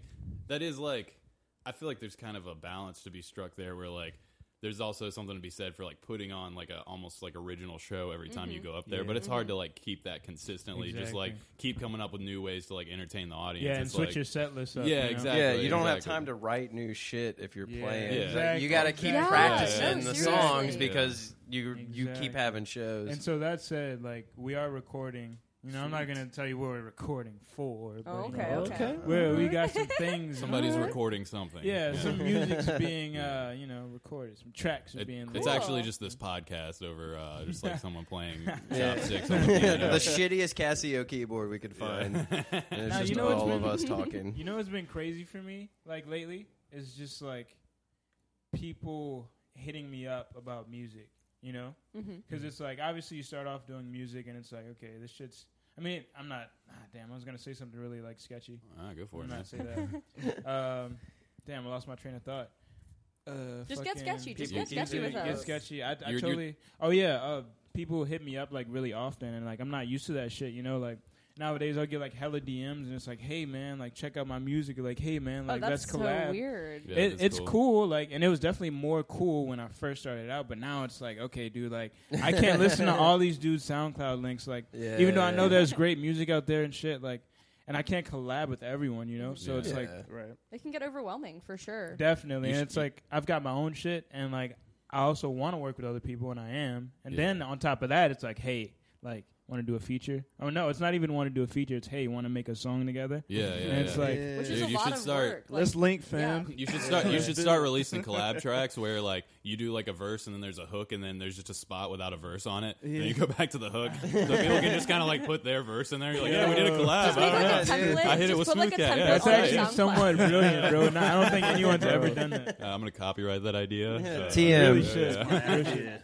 Speaker 1: that is like I feel like there's kind of a balance to be struck there where like there's also something to be said for like putting on like a almost like original show every time you go up there, but it's hard to like keep that consistently. Just like keep coming up with new ways to like entertain the audience.
Speaker 3: Yeah, and
Speaker 1: It's
Speaker 3: switch
Speaker 1: like-
Speaker 3: your set list up.
Speaker 1: Yeah,
Speaker 3: you know?
Speaker 1: exactly.
Speaker 2: Yeah, you don't have
Speaker 1: exactly.
Speaker 2: time to write new shit if you're
Speaker 6: Yeah.
Speaker 2: playing.
Speaker 1: Yeah.
Speaker 2: Like,
Speaker 3: Exactly,
Speaker 2: you got to keep
Speaker 3: exactly.
Speaker 2: practicing
Speaker 4: Yeah.
Speaker 2: the
Speaker 4: No,
Speaker 2: songs
Speaker 4: seriously.
Speaker 2: because you you keep
Speaker 3: Exactly.
Speaker 2: having shows.
Speaker 3: And so that said, like we are recording. You know, I'm not gonna tell you what we're recording for. But,
Speaker 4: Oh,
Speaker 3: you
Speaker 4: okay,
Speaker 3: know,
Speaker 4: okay.
Speaker 3: Well, we got some things.
Speaker 1: Somebody's recording something.
Speaker 3: Yeah, some music's being,
Speaker 1: Yeah.
Speaker 3: uh, you know, recorded. Some tracks are
Speaker 1: It-
Speaker 3: being.
Speaker 1: It's
Speaker 4: Cool.
Speaker 1: actually just this podcast over uh, just like someone playing
Speaker 2: Yeah.
Speaker 1: chopsticks on the piano.
Speaker 2: the shittiest Casio keyboard we could find. And it's
Speaker 3: Now,
Speaker 2: just
Speaker 3: you know what's
Speaker 2: all of
Speaker 3: been-
Speaker 2: us talking.
Speaker 3: You know what's been crazy for me, like lately, is just like people hitting me up about music. You know,
Speaker 4: Mm-hmm.
Speaker 3: because it's like obviously you start off doing music, and it's like okay, this shit's. I mean, I'm not. Ah, damn, I was gonna say something really like sketchy.
Speaker 1: Ah, go for it.
Speaker 3: I'm
Speaker 1: Man.
Speaker 3: not say that. um, damn, I lost my train of thought. Uh,
Speaker 4: Just get
Speaker 3: fucking-
Speaker 4: sketchy, just
Speaker 1: get sketchy with
Speaker 3: get
Speaker 1: us.
Speaker 3: sketchy. I, I
Speaker 1: You're- you're-
Speaker 3: totally. oh yeah. Uh, people hit me up like really often, and like I'm not used to that shit. You know, like nowadays I'll get like hella DMs, and it's like, hey man, like check out my music. Or, like hey man, like
Speaker 4: oh,
Speaker 3: let's
Speaker 4: that's so
Speaker 3: collab.
Speaker 4: weird.
Speaker 1: Yeah,
Speaker 3: It,
Speaker 1: that's
Speaker 3: it's cool. like, and it was definitely more cool when I first started out. But now it's like, okay, dude, like, I can't listen to all these dudes' SoundCloud links. Like,
Speaker 2: Yeah.
Speaker 3: even though I know there's great music out there and shit, like, and I can't collab with everyone, you know. So it's
Speaker 2: Yeah.
Speaker 3: like,
Speaker 2: Yeah.
Speaker 3: right,
Speaker 4: It can get overwhelming for sure.
Speaker 3: definitely.
Speaker 1: You
Speaker 3: and
Speaker 1: should-
Speaker 3: it's like I've got my own shit, and like I also want to work with other people, and I am. And
Speaker 1: Yeah.
Speaker 3: then on top of that, it's like, hey, like, want to do a feature? Oh no, it's not even want to do a feature. It's hey, want to make a song together?
Speaker 1: Yeah, yeah.
Speaker 3: And it's
Speaker 1: yeah.
Speaker 3: like,
Speaker 4: Which
Speaker 1: Dude,
Speaker 4: is a
Speaker 1: you
Speaker 4: lot
Speaker 1: should
Speaker 4: of
Speaker 1: start-
Speaker 4: work. Like,
Speaker 6: Let's link, fam.
Speaker 1: You should start. You
Speaker 6: Yeah.
Speaker 1: should start releasing collab tracks where like you do like a verse and then there's a hook and then there's just a spot without a verse on it. Then you go back to the hook, so people can just kind of like put their verse in there. You're like, yeah, we did a collab.
Speaker 4: Just
Speaker 1: I
Speaker 4: make
Speaker 1: don't
Speaker 4: like a
Speaker 1: know.
Speaker 4: template.
Speaker 1: I hit it
Speaker 4: just
Speaker 1: with
Speaker 4: put like a
Speaker 1: Smooth Cat,
Speaker 4: template
Speaker 1: yeah.
Speaker 3: that's
Speaker 4: on your
Speaker 3: actually
Speaker 4: SoundCloud.
Speaker 3: somewhat brilliant, bro. No, I don't think anyone's ever
Speaker 2: Bro.
Speaker 3: done that.
Speaker 1: Uh, I'm gonna copyright that idea. So-
Speaker 2: TM.
Speaker 3: Really should.
Speaker 6: Yeah.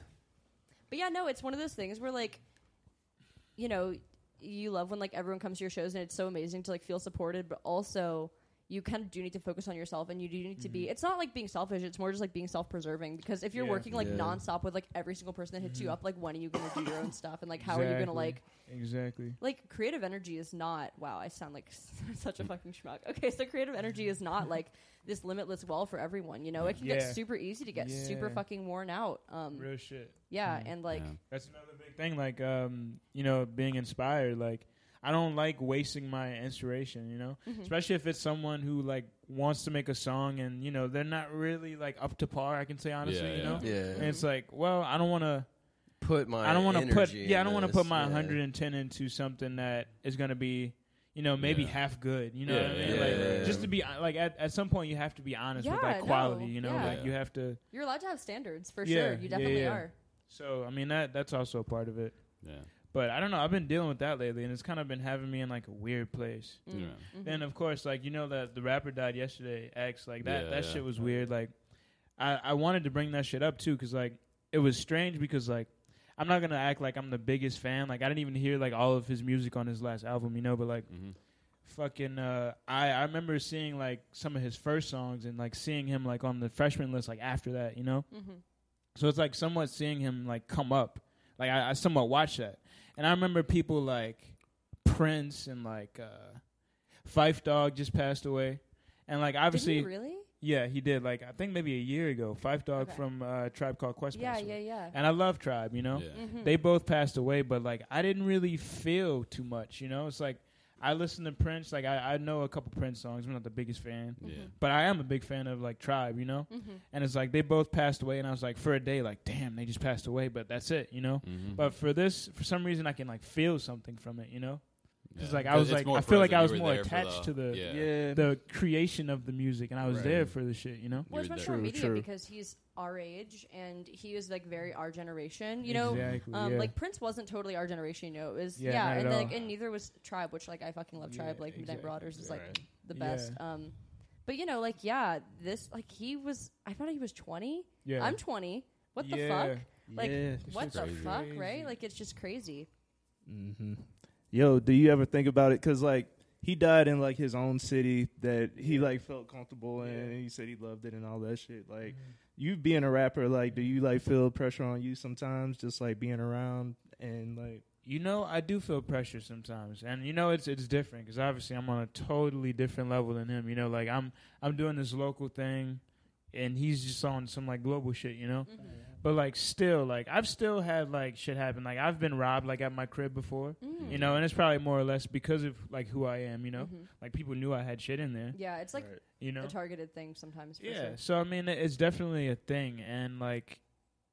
Speaker 4: But yeah, no, it's one of those things where like, you know, you love when like everyone comes to your shows and it's so amazing to like feel supported, but also you kind of do need to focus on yourself and you do need to be. It's not like being selfish; it's more just like being self-preserving. Because if you're
Speaker 3: Mm-hmm. Yeah. Mm-hmm.
Speaker 4: working like
Speaker 2: Yeah.
Speaker 4: nonstop with like every single person that hits you up, like when are you going to do your own stuff and like how are you going to
Speaker 3: Exactly.
Speaker 4: like
Speaker 3: Exactly.
Speaker 4: like creative energy is not wow i sound like
Speaker 3: Mm.
Speaker 4: such a fucking schmuck okay so creative energy is not like this limitless well for everyone you know it can
Speaker 3: Yeah.
Speaker 4: get super easy to get super
Speaker 3: Yeah.
Speaker 4: fucking worn out um
Speaker 3: Real shit.
Speaker 4: yeah
Speaker 3: Mhm.
Speaker 4: and like
Speaker 1: Yeah.
Speaker 3: That's another big thing. Like, um, you know, being inspired. Like, I don't like wasting my inspiration. You know, especially if it's someone who like wants to make a song and you know they're not really like up to par. I can say honestly,
Speaker 1: Yeah,
Speaker 3: you
Speaker 1: yeah.
Speaker 3: know. And
Speaker 2: Yeah.
Speaker 3: it's like, well, I don't want to.
Speaker 2: Put my
Speaker 3: I don't want to put.
Speaker 2: energy
Speaker 3: Yeah, I don't
Speaker 2: in
Speaker 3: want to
Speaker 2: this.
Speaker 3: put my
Speaker 2: Yeah.
Speaker 3: 110 into something that is going to be. You know, maybe
Speaker 1: Yeah.
Speaker 3: half good. You know
Speaker 1: Yeah,
Speaker 3: what I mean?
Speaker 1: yeah,
Speaker 3: like,
Speaker 2: yeah, yeah.
Speaker 3: just to be like, at, at some point, you have to be honest with
Speaker 4: Yeah,
Speaker 3: like
Speaker 4: no,
Speaker 3: quality. you know,
Speaker 4: yeah.
Speaker 3: like you have to.
Speaker 4: You're allowed to have standards for
Speaker 3: Yeah,
Speaker 4: sure. You
Speaker 3: yeah,
Speaker 4: definitely
Speaker 3: yeah.
Speaker 4: are.
Speaker 3: So I mean that that's also a part of it.
Speaker 1: Yeah.
Speaker 3: But I don't know. I've been dealing with that lately, and it's kind of been having me in like a weird place.
Speaker 1: yeah.
Speaker 3: Then of course, like you know that the rapper died yesterday. X like that.
Speaker 1: Yeah,
Speaker 3: that
Speaker 1: yeah.
Speaker 3: shit was weird. Like I I wanted to bring that shit up too, because like it was strange because like. I'm not gonna act like I'm the biggest fan. Like I didn't even hear like all of his music on his last album, you know. But like,
Speaker 1: Mhm.
Speaker 3: fucking, uh, I I remember seeing like some of his first songs and like seeing him like on the freshman list like after that, you know.
Speaker 4: Mm-hmm.
Speaker 3: So it's like somewhat seeing him like come up. Like I, I somewhat watched that, and I remember people like Prince and like uh, Fife Dog just passed away, and like
Speaker 4: Did he
Speaker 3: obviously
Speaker 4: really?
Speaker 3: Yeah, he did. Like I think maybe a year ago, Five Dog
Speaker 4: Okay.
Speaker 3: from uh, Tribe Called Quest.
Speaker 4: yeah,
Speaker 3: passed
Speaker 4: yeah, Hmm.
Speaker 3: away.
Speaker 4: yeah. Mm-hmm.
Speaker 3: And I love Tribe. You know,
Speaker 1: Yeah.
Speaker 3: they both passed away, but like I didn't really feel too much. You know, it's like I listen to Prince. Like I, I know a couple Prince songs. I'm not the biggest fan,
Speaker 1: Yeah.
Speaker 3: but I am a big fan of like Tribe. You know,
Speaker 4: Mm-hmm.
Speaker 3: and it's like they both passed away, and I was like for a day, like damn, they just passed away, but that's it. You know,
Speaker 1: Mhm.
Speaker 3: Mm-hmm. but for this, for some reason, I can like feel something from it. You know,
Speaker 1: Yeah.
Speaker 3: it's like I
Speaker 1: 'Cause
Speaker 3: was
Speaker 1: it's
Speaker 3: like
Speaker 1: more
Speaker 3: I feel like
Speaker 1: frozen.
Speaker 3: I
Speaker 1: You
Speaker 3: was
Speaker 1: were
Speaker 3: more
Speaker 1: there for
Speaker 3: attached to the
Speaker 1: yeah.
Speaker 3: the creation of the music, and I was
Speaker 1: Right.
Speaker 3: there for the shit. You know.
Speaker 1: You
Speaker 4: Well, it's
Speaker 1: were
Speaker 4: much
Speaker 1: there.
Speaker 4: more
Speaker 2: True,
Speaker 4: immediate
Speaker 2: true.
Speaker 4: because he's our age and he is like very our generation. You know,
Speaker 3: Exactly,
Speaker 4: um,
Speaker 3: yeah.
Speaker 4: like Prince wasn't totally our generation. You know, it was
Speaker 3: Yeah,
Speaker 4: yeah,
Speaker 3: not
Speaker 4: and
Speaker 3: at
Speaker 4: like
Speaker 3: all.
Speaker 4: and neither was Tribe, which like I fucking love
Speaker 3: Yeah,
Speaker 4: Tribe. Like Midnight
Speaker 3: exactly.
Speaker 4: Marauders is like
Speaker 6: Right.
Speaker 4: the best. Um, but you know, like yeah, this like he was. I thought he was twenty.
Speaker 3: Yeah.
Speaker 4: I'm twenty. What the
Speaker 3: Yeah.
Speaker 4: fuck? Like
Speaker 6: yeah.
Speaker 4: what
Speaker 1: just
Speaker 4: the
Speaker 1: crazy.
Speaker 4: fuck? Right? Like it's just crazy.
Speaker 6: Mm-hmm. Yo, do you ever think about it? Because like he died in like his own city that he like felt comfortable in, and he said he loved it and all that shit. Like you being a rapper, like do you like feel pressure on you sometimes? Just like being around and like
Speaker 3: You know, I do feel pressure sometimes, and you know it's it's different because obviously I'm on a totally different level than him. You know, like I'm I'm doing this local thing, and he's just on some like global shit. You know,
Speaker 4: Mm-hmm.
Speaker 3: but like still, like I've still had like shit happen. Like I've been robbed like at my crib before.
Speaker 4: Mm.
Speaker 3: You
Speaker 4: Mm-hmm.
Speaker 3: know, and it's probably more or less because of like who I am. You know,
Speaker 4: Mm-hmm.
Speaker 3: like people knew I had shit in there.
Speaker 4: Yeah, it's like
Speaker 3: You know,
Speaker 4: a targeted thing sometimes. For
Speaker 3: Yeah.
Speaker 4: sure.
Speaker 3: So I mean, it- it's definitely a thing, and like,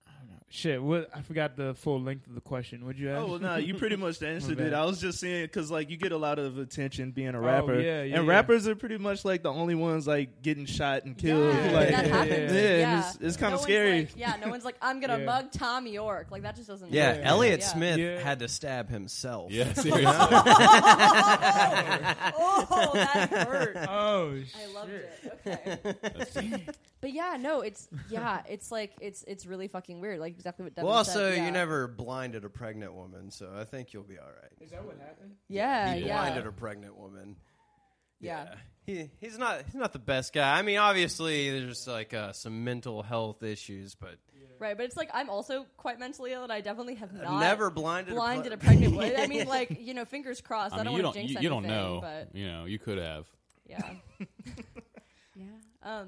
Speaker 3: I don't know. Shit, what I forgot the full length of the question. Would you ask?
Speaker 6: Oh well, no, you pretty much answered
Speaker 3: My bad.
Speaker 6: it. I was just saying because like you get a lot of attention being a
Speaker 3: Oh,
Speaker 6: rapper,
Speaker 3: yeah, yeah,
Speaker 6: and
Speaker 3: yeah.
Speaker 6: rappers are pretty much like the only ones like getting shot and killed.
Speaker 4: Yeah,
Speaker 6: like,
Speaker 4: that happens.
Speaker 6: yeah, and
Speaker 4: Yeah.
Speaker 6: it's, it's kind
Speaker 4: No
Speaker 6: of
Speaker 4: one's
Speaker 6: scary.
Speaker 4: like- yeah, no one's like, I'm gonna
Speaker 3: Yeah.
Speaker 4: mug Tom York. Like that just doesn't.
Speaker 2: Yeah,
Speaker 4: happen.
Speaker 2: Elliot
Speaker 4: Yeah.
Speaker 2: Smith
Speaker 3: Yeah.
Speaker 2: had to stab himself.
Speaker 1: Yeah, seriously.
Speaker 4: Oh, that hurt.
Speaker 3: Oh,
Speaker 4: I
Speaker 3: shit.
Speaker 4: loved it. Okay.
Speaker 1: That's deep.
Speaker 4: But yeah, no, it's yeah, it's like it's it's really fucking weird. Like exactly what. Devin
Speaker 2: Well, also,
Speaker 4: said. yeah.
Speaker 2: you never blinded a pregnant woman, so I think you'll be all right.
Speaker 3: Is that what happened?
Speaker 4: Yeah,
Speaker 2: He
Speaker 4: yeah,
Speaker 2: blinded a pregnant woman.
Speaker 4: yeah.
Speaker 2: He, he's not he's not the best guy. I mean, obviously there's like uh, some mental health issues, but
Speaker 4: Right, but it's like I'm also quite mentally ill, and I definitely have
Speaker 2: I've
Speaker 4: not
Speaker 2: never blinded
Speaker 4: blinded
Speaker 2: a,
Speaker 4: a
Speaker 2: pre-
Speaker 4: pregnant woman. I mean, like you know, fingers crossed.
Speaker 1: I
Speaker 4: I,
Speaker 1: mean,
Speaker 4: don't
Speaker 1: you don't
Speaker 4: want to jinx
Speaker 1: you,
Speaker 4: anything.
Speaker 1: you don't know.
Speaker 4: but
Speaker 1: You know, you could have.
Speaker 4: yeah, yeah. Um,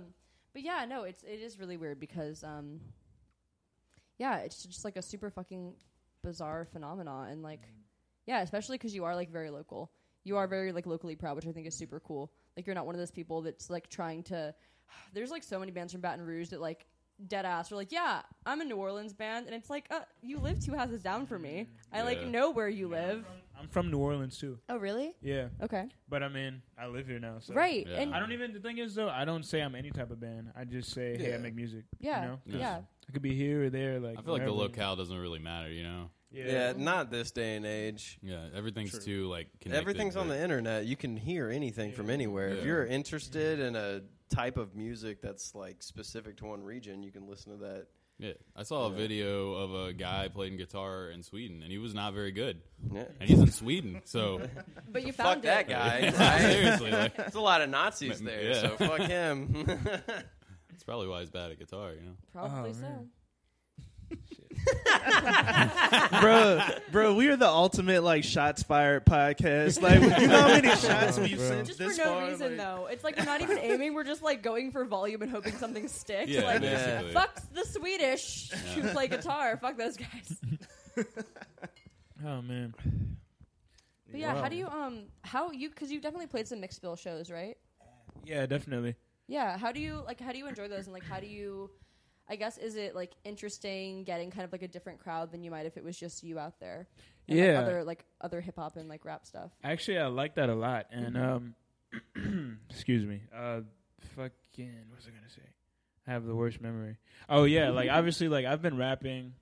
Speaker 4: but yeah, no, it's it is really weird because um, yeah, it's just like a super fucking bizarre phenomena, and like yeah, especially because you are like very local. You are very like locally proud, which I think is super cool. Like you're not one of those people that's like trying to. There's like so many bands from Baton Rouge that like dead ass are like, yeah, I'm a New Orleans band, and it's like, uh, you live two houses down from me. I like
Speaker 1: Yeah.
Speaker 4: know where you live.
Speaker 3: I'm from New Orleans too.
Speaker 4: Oh really?
Speaker 3: Yeah,
Speaker 4: Okay.
Speaker 3: but I mean, I live here now. So.
Speaker 4: right.
Speaker 1: Yeah.
Speaker 4: And
Speaker 3: I don't even. The thing is, though, I don't say I'm any type of band. I just say, hey, I
Speaker 2: Yeah.
Speaker 3: make music.
Speaker 4: yeah,
Speaker 3: You know?
Speaker 1: Yeah.
Speaker 4: yeah.
Speaker 3: I could be here or there. Like
Speaker 1: I feel like the
Speaker 3: wherever.
Speaker 1: locale doesn't really matter, you know.
Speaker 3: Yeah.
Speaker 2: Yeah, not this day and age.
Speaker 1: Yeah, everything's too like connected.
Speaker 2: Everything's on
Speaker 1: but-
Speaker 2: the internet. You can hear anything from anywhere.
Speaker 1: Yeah.
Speaker 2: If you're interested in a type of music that's like specific to one region, you can listen to that.
Speaker 1: Yeah, I saw a video of a guy
Speaker 3: Mm-hmm.
Speaker 1: playing guitar in Sweden, and he was not very good.
Speaker 2: Yeah.
Speaker 1: And he's in Sweden, so
Speaker 4: But you
Speaker 2: Fuck
Speaker 4: found
Speaker 2: that
Speaker 4: it.
Speaker 2: guy. right?
Speaker 1: seriously, like,
Speaker 2: There's a lot of Nazis
Speaker 1: M-
Speaker 2: there,
Speaker 1: yeah.
Speaker 2: so fuck him.
Speaker 1: that's probably why he's bad at guitar. You know,
Speaker 4: Probably
Speaker 3: Oh,
Speaker 4: so.
Speaker 3: man.
Speaker 6: bro, bro, we are the ultimate like shots fired podcast. Like, you know how many shots
Speaker 3: Oh,
Speaker 6: we've
Speaker 3: bro.
Speaker 6: sent
Speaker 4: Just
Speaker 6: this
Speaker 4: for no
Speaker 6: far?
Speaker 4: reason,
Speaker 6: like,
Speaker 4: though. It's like we're not even aiming. We're just like going for volume and hoping something sticks.
Speaker 1: yeah,
Speaker 4: like,
Speaker 1: basically.
Speaker 4: fuck the Swedish who play guitar. Fuck those guys.
Speaker 3: Oh man.
Speaker 4: But yeah,
Speaker 3: Wow.
Speaker 4: how do you um how you because you definitely played some mixed bill shows, right?
Speaker 3: Yeah, definitely.
Speaker 4: Yeah. How do you like? How do you enjoy those? And like, how do you? I guess is it like interesting getting kind of like a different crowd than you might if it was just you out there? And, like,
Speaker 3: Yeah.
Speaker 4: other like other hip hop and like rap stuff.
Speaker 3: Actually, I like that a lot. And um, excuse me. Uh, fucking. What was I gonna say? I have the worst memory. Oh yeah, like obviously, like I've been rapping,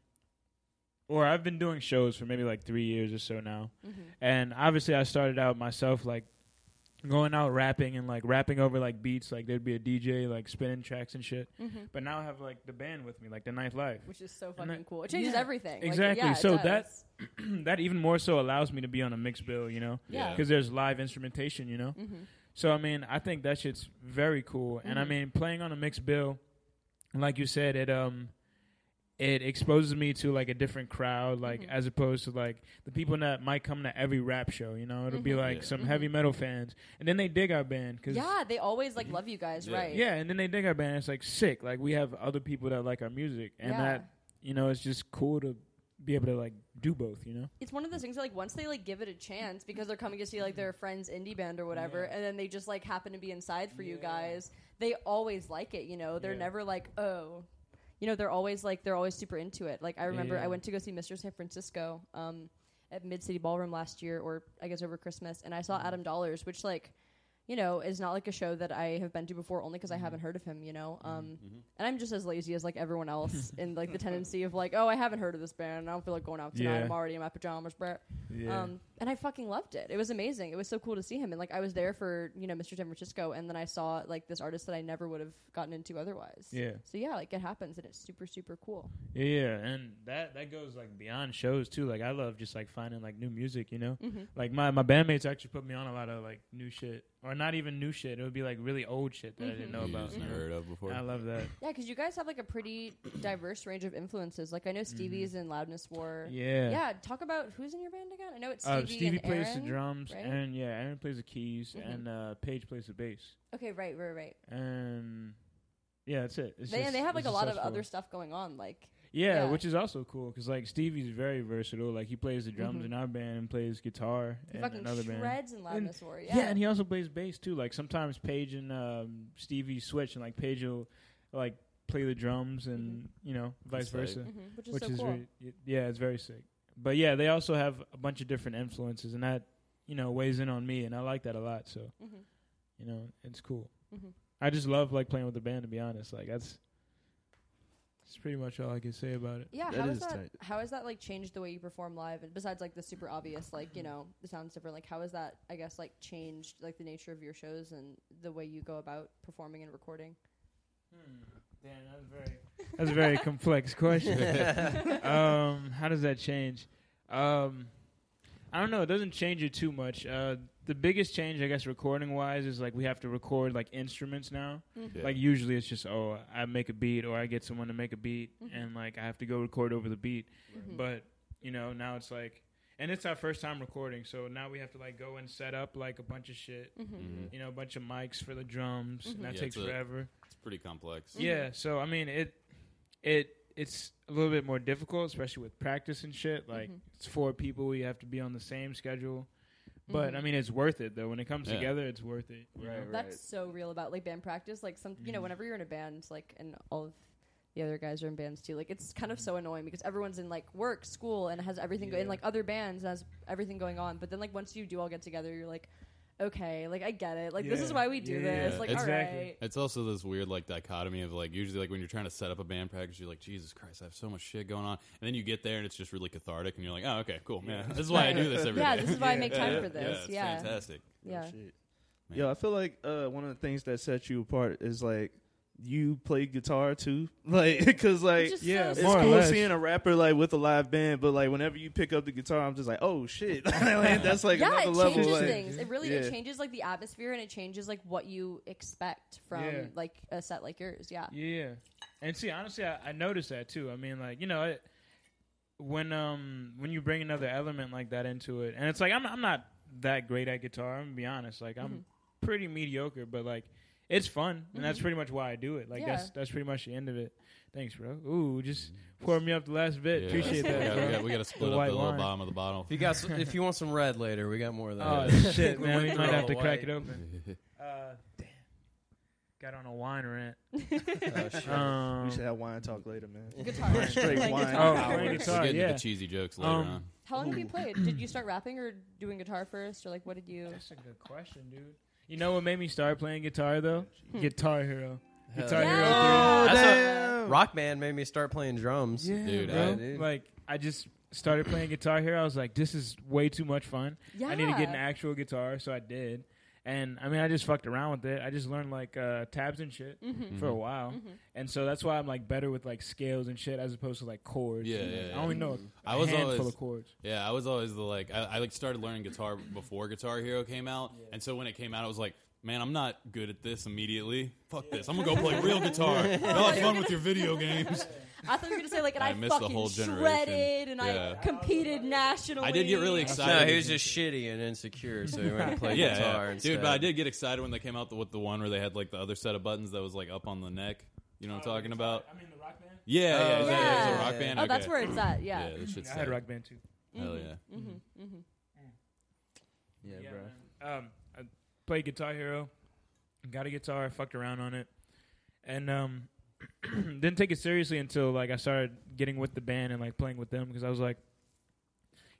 Speaker 3: or I've been doing shows for maybe like three years or so now.
Speaker 4: Mm-hmm.
Speaker 3: And obviously, I started out myself like going out rapping and like rapping over like beats. Like there'd be a DJ like spinning tracks and shit. But now I have like the band with me, like the Ninth Life.
Speaker 4: Mm-hmm. Which is so
Speaker 3: And
Speaker 4: fucking
Speaker 3: that-
Speaker 4: cool. It changes
Speaker 3: yeah,
Speaker 4: everything. Like,
Speaker 3: exactly.
Speaker 4: yeah, it
Speaker 3: So
Speaker 4: does.
Speaker 3: that- that even more so allows me to be on a mixed bill, you know,
Speaker 4: Yeah.
Speaker 3: because there's live instrumentation, you know.
Speaker 4: Mm-hmm.
Speaker 3: So I mean, I think that shit's very cool, and I mean, playing on a mixed bill, like you said, it um, it exposes me to like a different crowd, like
Speaker 4: Mm-hmm.
Speaker 3: as opposed to like the people that might come to every rap show. You know, it'll be like
Speaker 1: Yeah.
Speaker 3: some heavy metal fans, and then they dig our band because
Speaker 4: Mm-hmm. yeah, they always like love you guys,
Speaker 1: Yeah.
Speaker 4: right?
Speaker 3: yeah, and then they dig our band. It's like sick. Like we have other people that like our music, and
Speaker 4: Yeah.
Speaker 3: that you know, it's just cool to be able to like do both. You know,
Speaker 4: It's one of those things that like once they like give it a chance because they're coming to see like their friend's indie band or whatever, and then they just like happen to be inside for you guys. They always like it, you know. They're
Speaker 3: Yeah.
Speaker 4: never like oh, you know. They're always like they're always super into it. Like I remember
Speaker 3: Yeah.
Speaker 4: I went to go see Mr. San Francisco um, at Mid City Ballroom last year, or I guess over Christmas, and I saw
Speaker 3: Mm-hmm.
Speaker 4: Adam Dollars, which like you know, is not like a show that I have been to before only because I
Speaker 3: Mm-hmm.
Speaker 4: haven't heard of him, you know. Um, And I'm just as lazy as like everyone else in like the tendency of like, oh, I haven't heard of this band. I don't feel like going out tonight.
Speaker 3: Yeah.
Speaker 4: I'm already in my pajamas, bruh.
Speaker 6: Yeah.
Speaker 4: Um, and I fucking loved it. It was amazing. It was so cool to see him. And like, I was there for, you know, Mr. San Francisco. And then I saw like this artist that I never would have gotten into otherwise.
Speaker 3: yeah,
Speaker 4: So yeah, like it happens and it's super, super cool.
Speaker 3: yeah, yeah, and that that goes like beyond shows too. Like I love just like finding like new music. You know,
Speaker 4: Mhm.
Speaker 3: like my my bandmates actually put me on a lot of like new shit, or not even new shit. It would be like really old shit that I didn't know
Speaker 4: Mm-hmm.
Speaker 1: you
Speaker 3: about.
Speaker 1: just never heard of before.
Speaker 3: I love that.
Speaker 4: Yeah, because you guys have like a pretty diverse range of influences. Like, I know Stevie's
Speaker 3: Mm-hmm.
Speaker 4: in Loudness War.
Speaker 3: Yeah.
Speaker 4: Yeah, talk about who's in your band again. I know it's Stevie,
Speaker 3: Uh, Stevie
Speaker 4: and
Speaker 3: plays
Speaker 4: Aaron.
Speaker 3: the drums,
Speaker 4: right?
Speaker 3: Aaron yeah, Aaron plays the keys,
Speaker 4: Mhm.
Speaker 3: and uh, Paige plays the bass,
Speaker 4: Okay, right, right, right.
Speaker 3: and yeah, that's it. It's
Speaker 4: They,
Speaker 3: just-
Speaker 4: and they have like
Speaker 3: it's
Speaker 4: a
Speaker 3: just
Speaker 4: lot of
Speaker 3: us four.
Speaker 4: other stuff going on. Like,
Speaker 3: Yeah,
Speaker 4: Yeah.
Speaker 3: which is also cool because like Stevie's very versatile. Like he plays the drums
Speaker 4: Mhm.
Speaker 3: in our band and plays guitar
Speaker 4: he
Speaker 3: in
Speaker 4: fucking
Speaker 3: another band.
Speaker 4: shreds in Loudness War.
Speaker 3: Yeah. and he also plays bass too. Like sometimes Paige and um, Stevie switch, and like Paige will like play the drums, and you know
Speaker 1: That's
Speaker 3: vice
Speaker 1: tight.
Speaker 3: versa,
Speaker 4: Mhm, Mm-hmm. which is
Speaker 3: which
Speaker 4: so
Speaker 3: is
Speaker 4: cool.
Speaker 3: re- y- yeah, it's very sick. But yeah, they also have a bunch of different influences, and that you know weighs in on me, and I like that a lot. So
Speaker 4: Mhm.
Speaker 3: you know it's cool.
Speaker 4: Mhm.
Speaker 3: I just love like playing with the band. To be honest, like that's that's pretty much all I can say about it.
Speaker 4: Yeah,
Speaker 6: That
Speaker 4: how has
Speaker 6: is
Speaker 4: that
Speaker 6: tight.
Speaker 4: how has that like changed the way you perform live? And besides like the super obvious, like you know, the sounds different. Like how has that I guess like changed like the nature of your shows and the way you go about performing and recording?
Speaker 3: Damn, Hmm. that's very that's a very complex question. um, how does that change? Um, I don't know. It doesn't change it too much. Uh, the biggest change, I guess, recording wise, is like we have to record like instruments now.
Speaker 1: Yeah.
Speaker 3: Like usually, it's just oh, I make a beat or I get someone to make a beat, and like I have to go record over the beat.
Speaker 4: Mm-hmm.
Speaker 3: But you know, now it's like, and it's our first time recording, so now we have to like go and set up like a bunch of shit.
Speaker 4: Mm-hmm.
Speaker 1: Mhm.
Speaker 3: You know, a bunch of mics for the drums, and that
Speaker 1: Yeah,
Speaker 3: takes
Speaker 1: it's a-
Speaker 3: forever.
Speaker 1: It's pretty complex.
Speaker 3: Yeah, so I mean it it it's a little bit more difficult, especially with practice and shit. Like it's four people, you have to be on the same schedule. But I mean it's worth it though. When it comes
Speaker 1: Yeah.
Speaker 3: together it's worth it. you know?
Speaker 6: Right.
Speaker 4: That's so real about like band practice. Like some,
Speaker 3: Mm.
Speaker 4: you know, whenever you're in a band, like and all of the other guys are in bands too. Like it's kind of so annoying because everyone's in like work, school, and has everything go- and
Speaker 3: Yeah.
Speaker 4: like other bands has everything going on. But then like once you do all get together, you're like, okay, like I get it. Like this is
Speaker 3: Yeah.
Speaker 4: why we do
Speaker 3: Yeah,
Speaker 4: this.
Speaker 1: yeah.
Speaker 4: Like
Speaker 1: It's-
Speaker 4: all
Speaker 3: Exactly.
Speaker 4: right.
Speaker 1: It's also this weird like dichotomy of like usually like when you're trying to set up a band practice, you're like, Jesus Christ, I have so much shit going on. And then you get there and it's just really cathartic and you're like, Oh, okay, cool, man. This is why I do this every day.
Speaker 4: yeah, this is why I
Speaker 6: Yeah.
Speaker 4: make
Speaker 1: Yeah,
Speaker 4: time
Speaker 1: yeah,
Speaker 4: for this.
Speaker 1: it's
Speaker 4: Yeah, yeah.
Speaker 1: fantastic.
Speaker 6: Oh, shit. Yo, I feel like uh, one of the things that sets you apart is like you play guitar too, like because like
Speaker 4: Which is
Speaker 3: yeah,
Speaker 4: so
Speaker 6: it's
Speaker 3: more or
Speaker 4: sick.
Speaker 6: cool
Speaker 3: less.
Speaker 6: seeing a rapper like with a live band, but like whenever you pick up the guitar, I'm just like, oh shit, Like, that's like
Speaker 4: yeah, it
Speaker 6: another
Speaker 4: changes
Speaker 6: level. like,
Speaker 4: things. It really
Speaker 6: Yeah.
Speaker 4: it changes like the atmosphere and it changes like what you expect from
Speaker 3: Yeah.
Speaker 4: like a set like yours. Yeah.
Speaker 3: Yeah. And see, honestly, I, I noticed that too. I mean, like, you know, it, when um when you bring another element like that into it, and it's like I'm I'm not that great at guitar. I'm gonna be honest. Like, I'm pretty mediocre, but like, it's fun, and that's pretty much why I do it. Like, that's
Speaker 4: Yeah.
Speaker 3: that's pretty much the end of it. Thanks, bro. Ooh, just poured me up the last bit. Appreciate
Speaker 1: Yeah,
Speaker 3: that.
Speaker 1: we
Speaker 3: bro.
Speaker 1: got- we got to split
Speaker 3: white
Speaker 1: up the little
Speaker 3: wine.
Speaker 1: bottom of the bottle.
Speaker 5: If you got, some, if you want some red later, we got more of that.
Speaker 3: Oh shit, man! We might have to crack it open. Uh, damn. Got on a wine rant.
Speaker 5: Oh, shit.
Speaker 3: Um,
Speaker 6: We should have wine talk later, man.
Speaker 4: Guitar.
Speaker 6: Straight
Speaker 4: Like,
Speaker 6: wine.
Speaker 4: guitar.
Speaker 3: Oh, playing
Speaker 1: We're
Speaker 3: guitar,
Speaker 1: getting to
Speaker 3: yeah.
Speaker 1: the cheesy jokes later
Speaker 3: Um,
Speaker 1: on.
Speaker 4: How long have you played? Did you start rapping or doing guitar first, or like what did you?
Speaker 3: That's a good question, dude. You know what made me start playing guitar though? Guitar Hero.
Speaker 5: Hell
Speaker 3: Guitar
Speaker 5: yeah.
Speaker 6: Oh,
Speaker 3: Hero.
Speaker 5: That's
Speaker 4: damn.
Speaker 5: what- Rock Band made me start playing drums.
Speaker 3: 3. Yeah,
Speaker 1: Dude,
Speaker 3: bro.
Speaker 1: I-
Speaker 5: dude.
Speaker 3: like I just started playing Guitar Hero. I was like, this is way too much fun. I need to get
Speaker 4: Yeah.
Speaker 3: an actual guitar, so I did. And I mean, I just fucked around with it. I just learned like uh, tabs and shit
Speaker 4: Mm-hmm.
Speaker 3: for a while, and so that's why I'm like better with like scales and shit as opposed to like chords.
Speaker 1: Yeah,
Speaker 3: And, like,
Speaker 1: yeah,
Speaker 3: I
Speaker 1: yeah.
Speaker 3: only know a
Speaker 1: I was
Speaker 3: handful
Speaker 1: always-
Speaker 3: of chords.
Speaker 1: Yeah, I was always the like I, I like started learning guitar before Guitar Hero came out, and so when it came out, I was like, man, I'm not good at this immediately. Fuck this, I'm gonna go play real guitar. Y'all have fun with your video games.
Speaker 4: I thought you were gonna say like, and
Speaker 1: I
Speaker 4: I,
Speaker 1: missed the
Speaker 4: fucking
Speaker 1: whole generation.
Speaker 4: shredded and
Speaker 1: Yeah.
Speaker 4: I competed nationally.
Speaker 1: I did get really
Speaker 2: No,
Speaker 1: excited.
Speaker 2: he was just shitty and insecure, so he went to play
Speaker 1: yeah,
Speaker 2: guitar
Speaker 1: yeah.
Speaker 2: instead.
Speaker 1: dude. But I did get excited when they came out with the one where they had like the other set of buttons that was like up on the neck. You know
Speaker 3: Oh,
Speaker 1: what I'm talking about?
Speaker 3: I mean, the rock band.
Speaker 1: Yeah, yeah,
Speaker 2: Oh,
Speaker 1: yeah. yeah. It was
Speaker 4: yeah.
Speaker 1: a rock band.
Speaker 4: Oh, that's
Speaker 1: Okay.
Speaker 4: where it's at.
Speaker 1: Yeah,
Speaker 4: Yeah.
Speaker 1: that shit's
Speaker 3: I had
Speaker 1: sick.
Speaker 3: rock band too.
Speaker 1: Hell yeah.
Speaker 4: Mm-hmm. Mm-hmm.
Speaker 5: yeah,
Speaker 3: Yeah,
Speaker 5: bro.
Speaker 3: man. Um, I played Guitar Hero, got a guitar, fucked around on it, and um, didn't take it seriously until like I started getting with the band and like playing with them because I was like,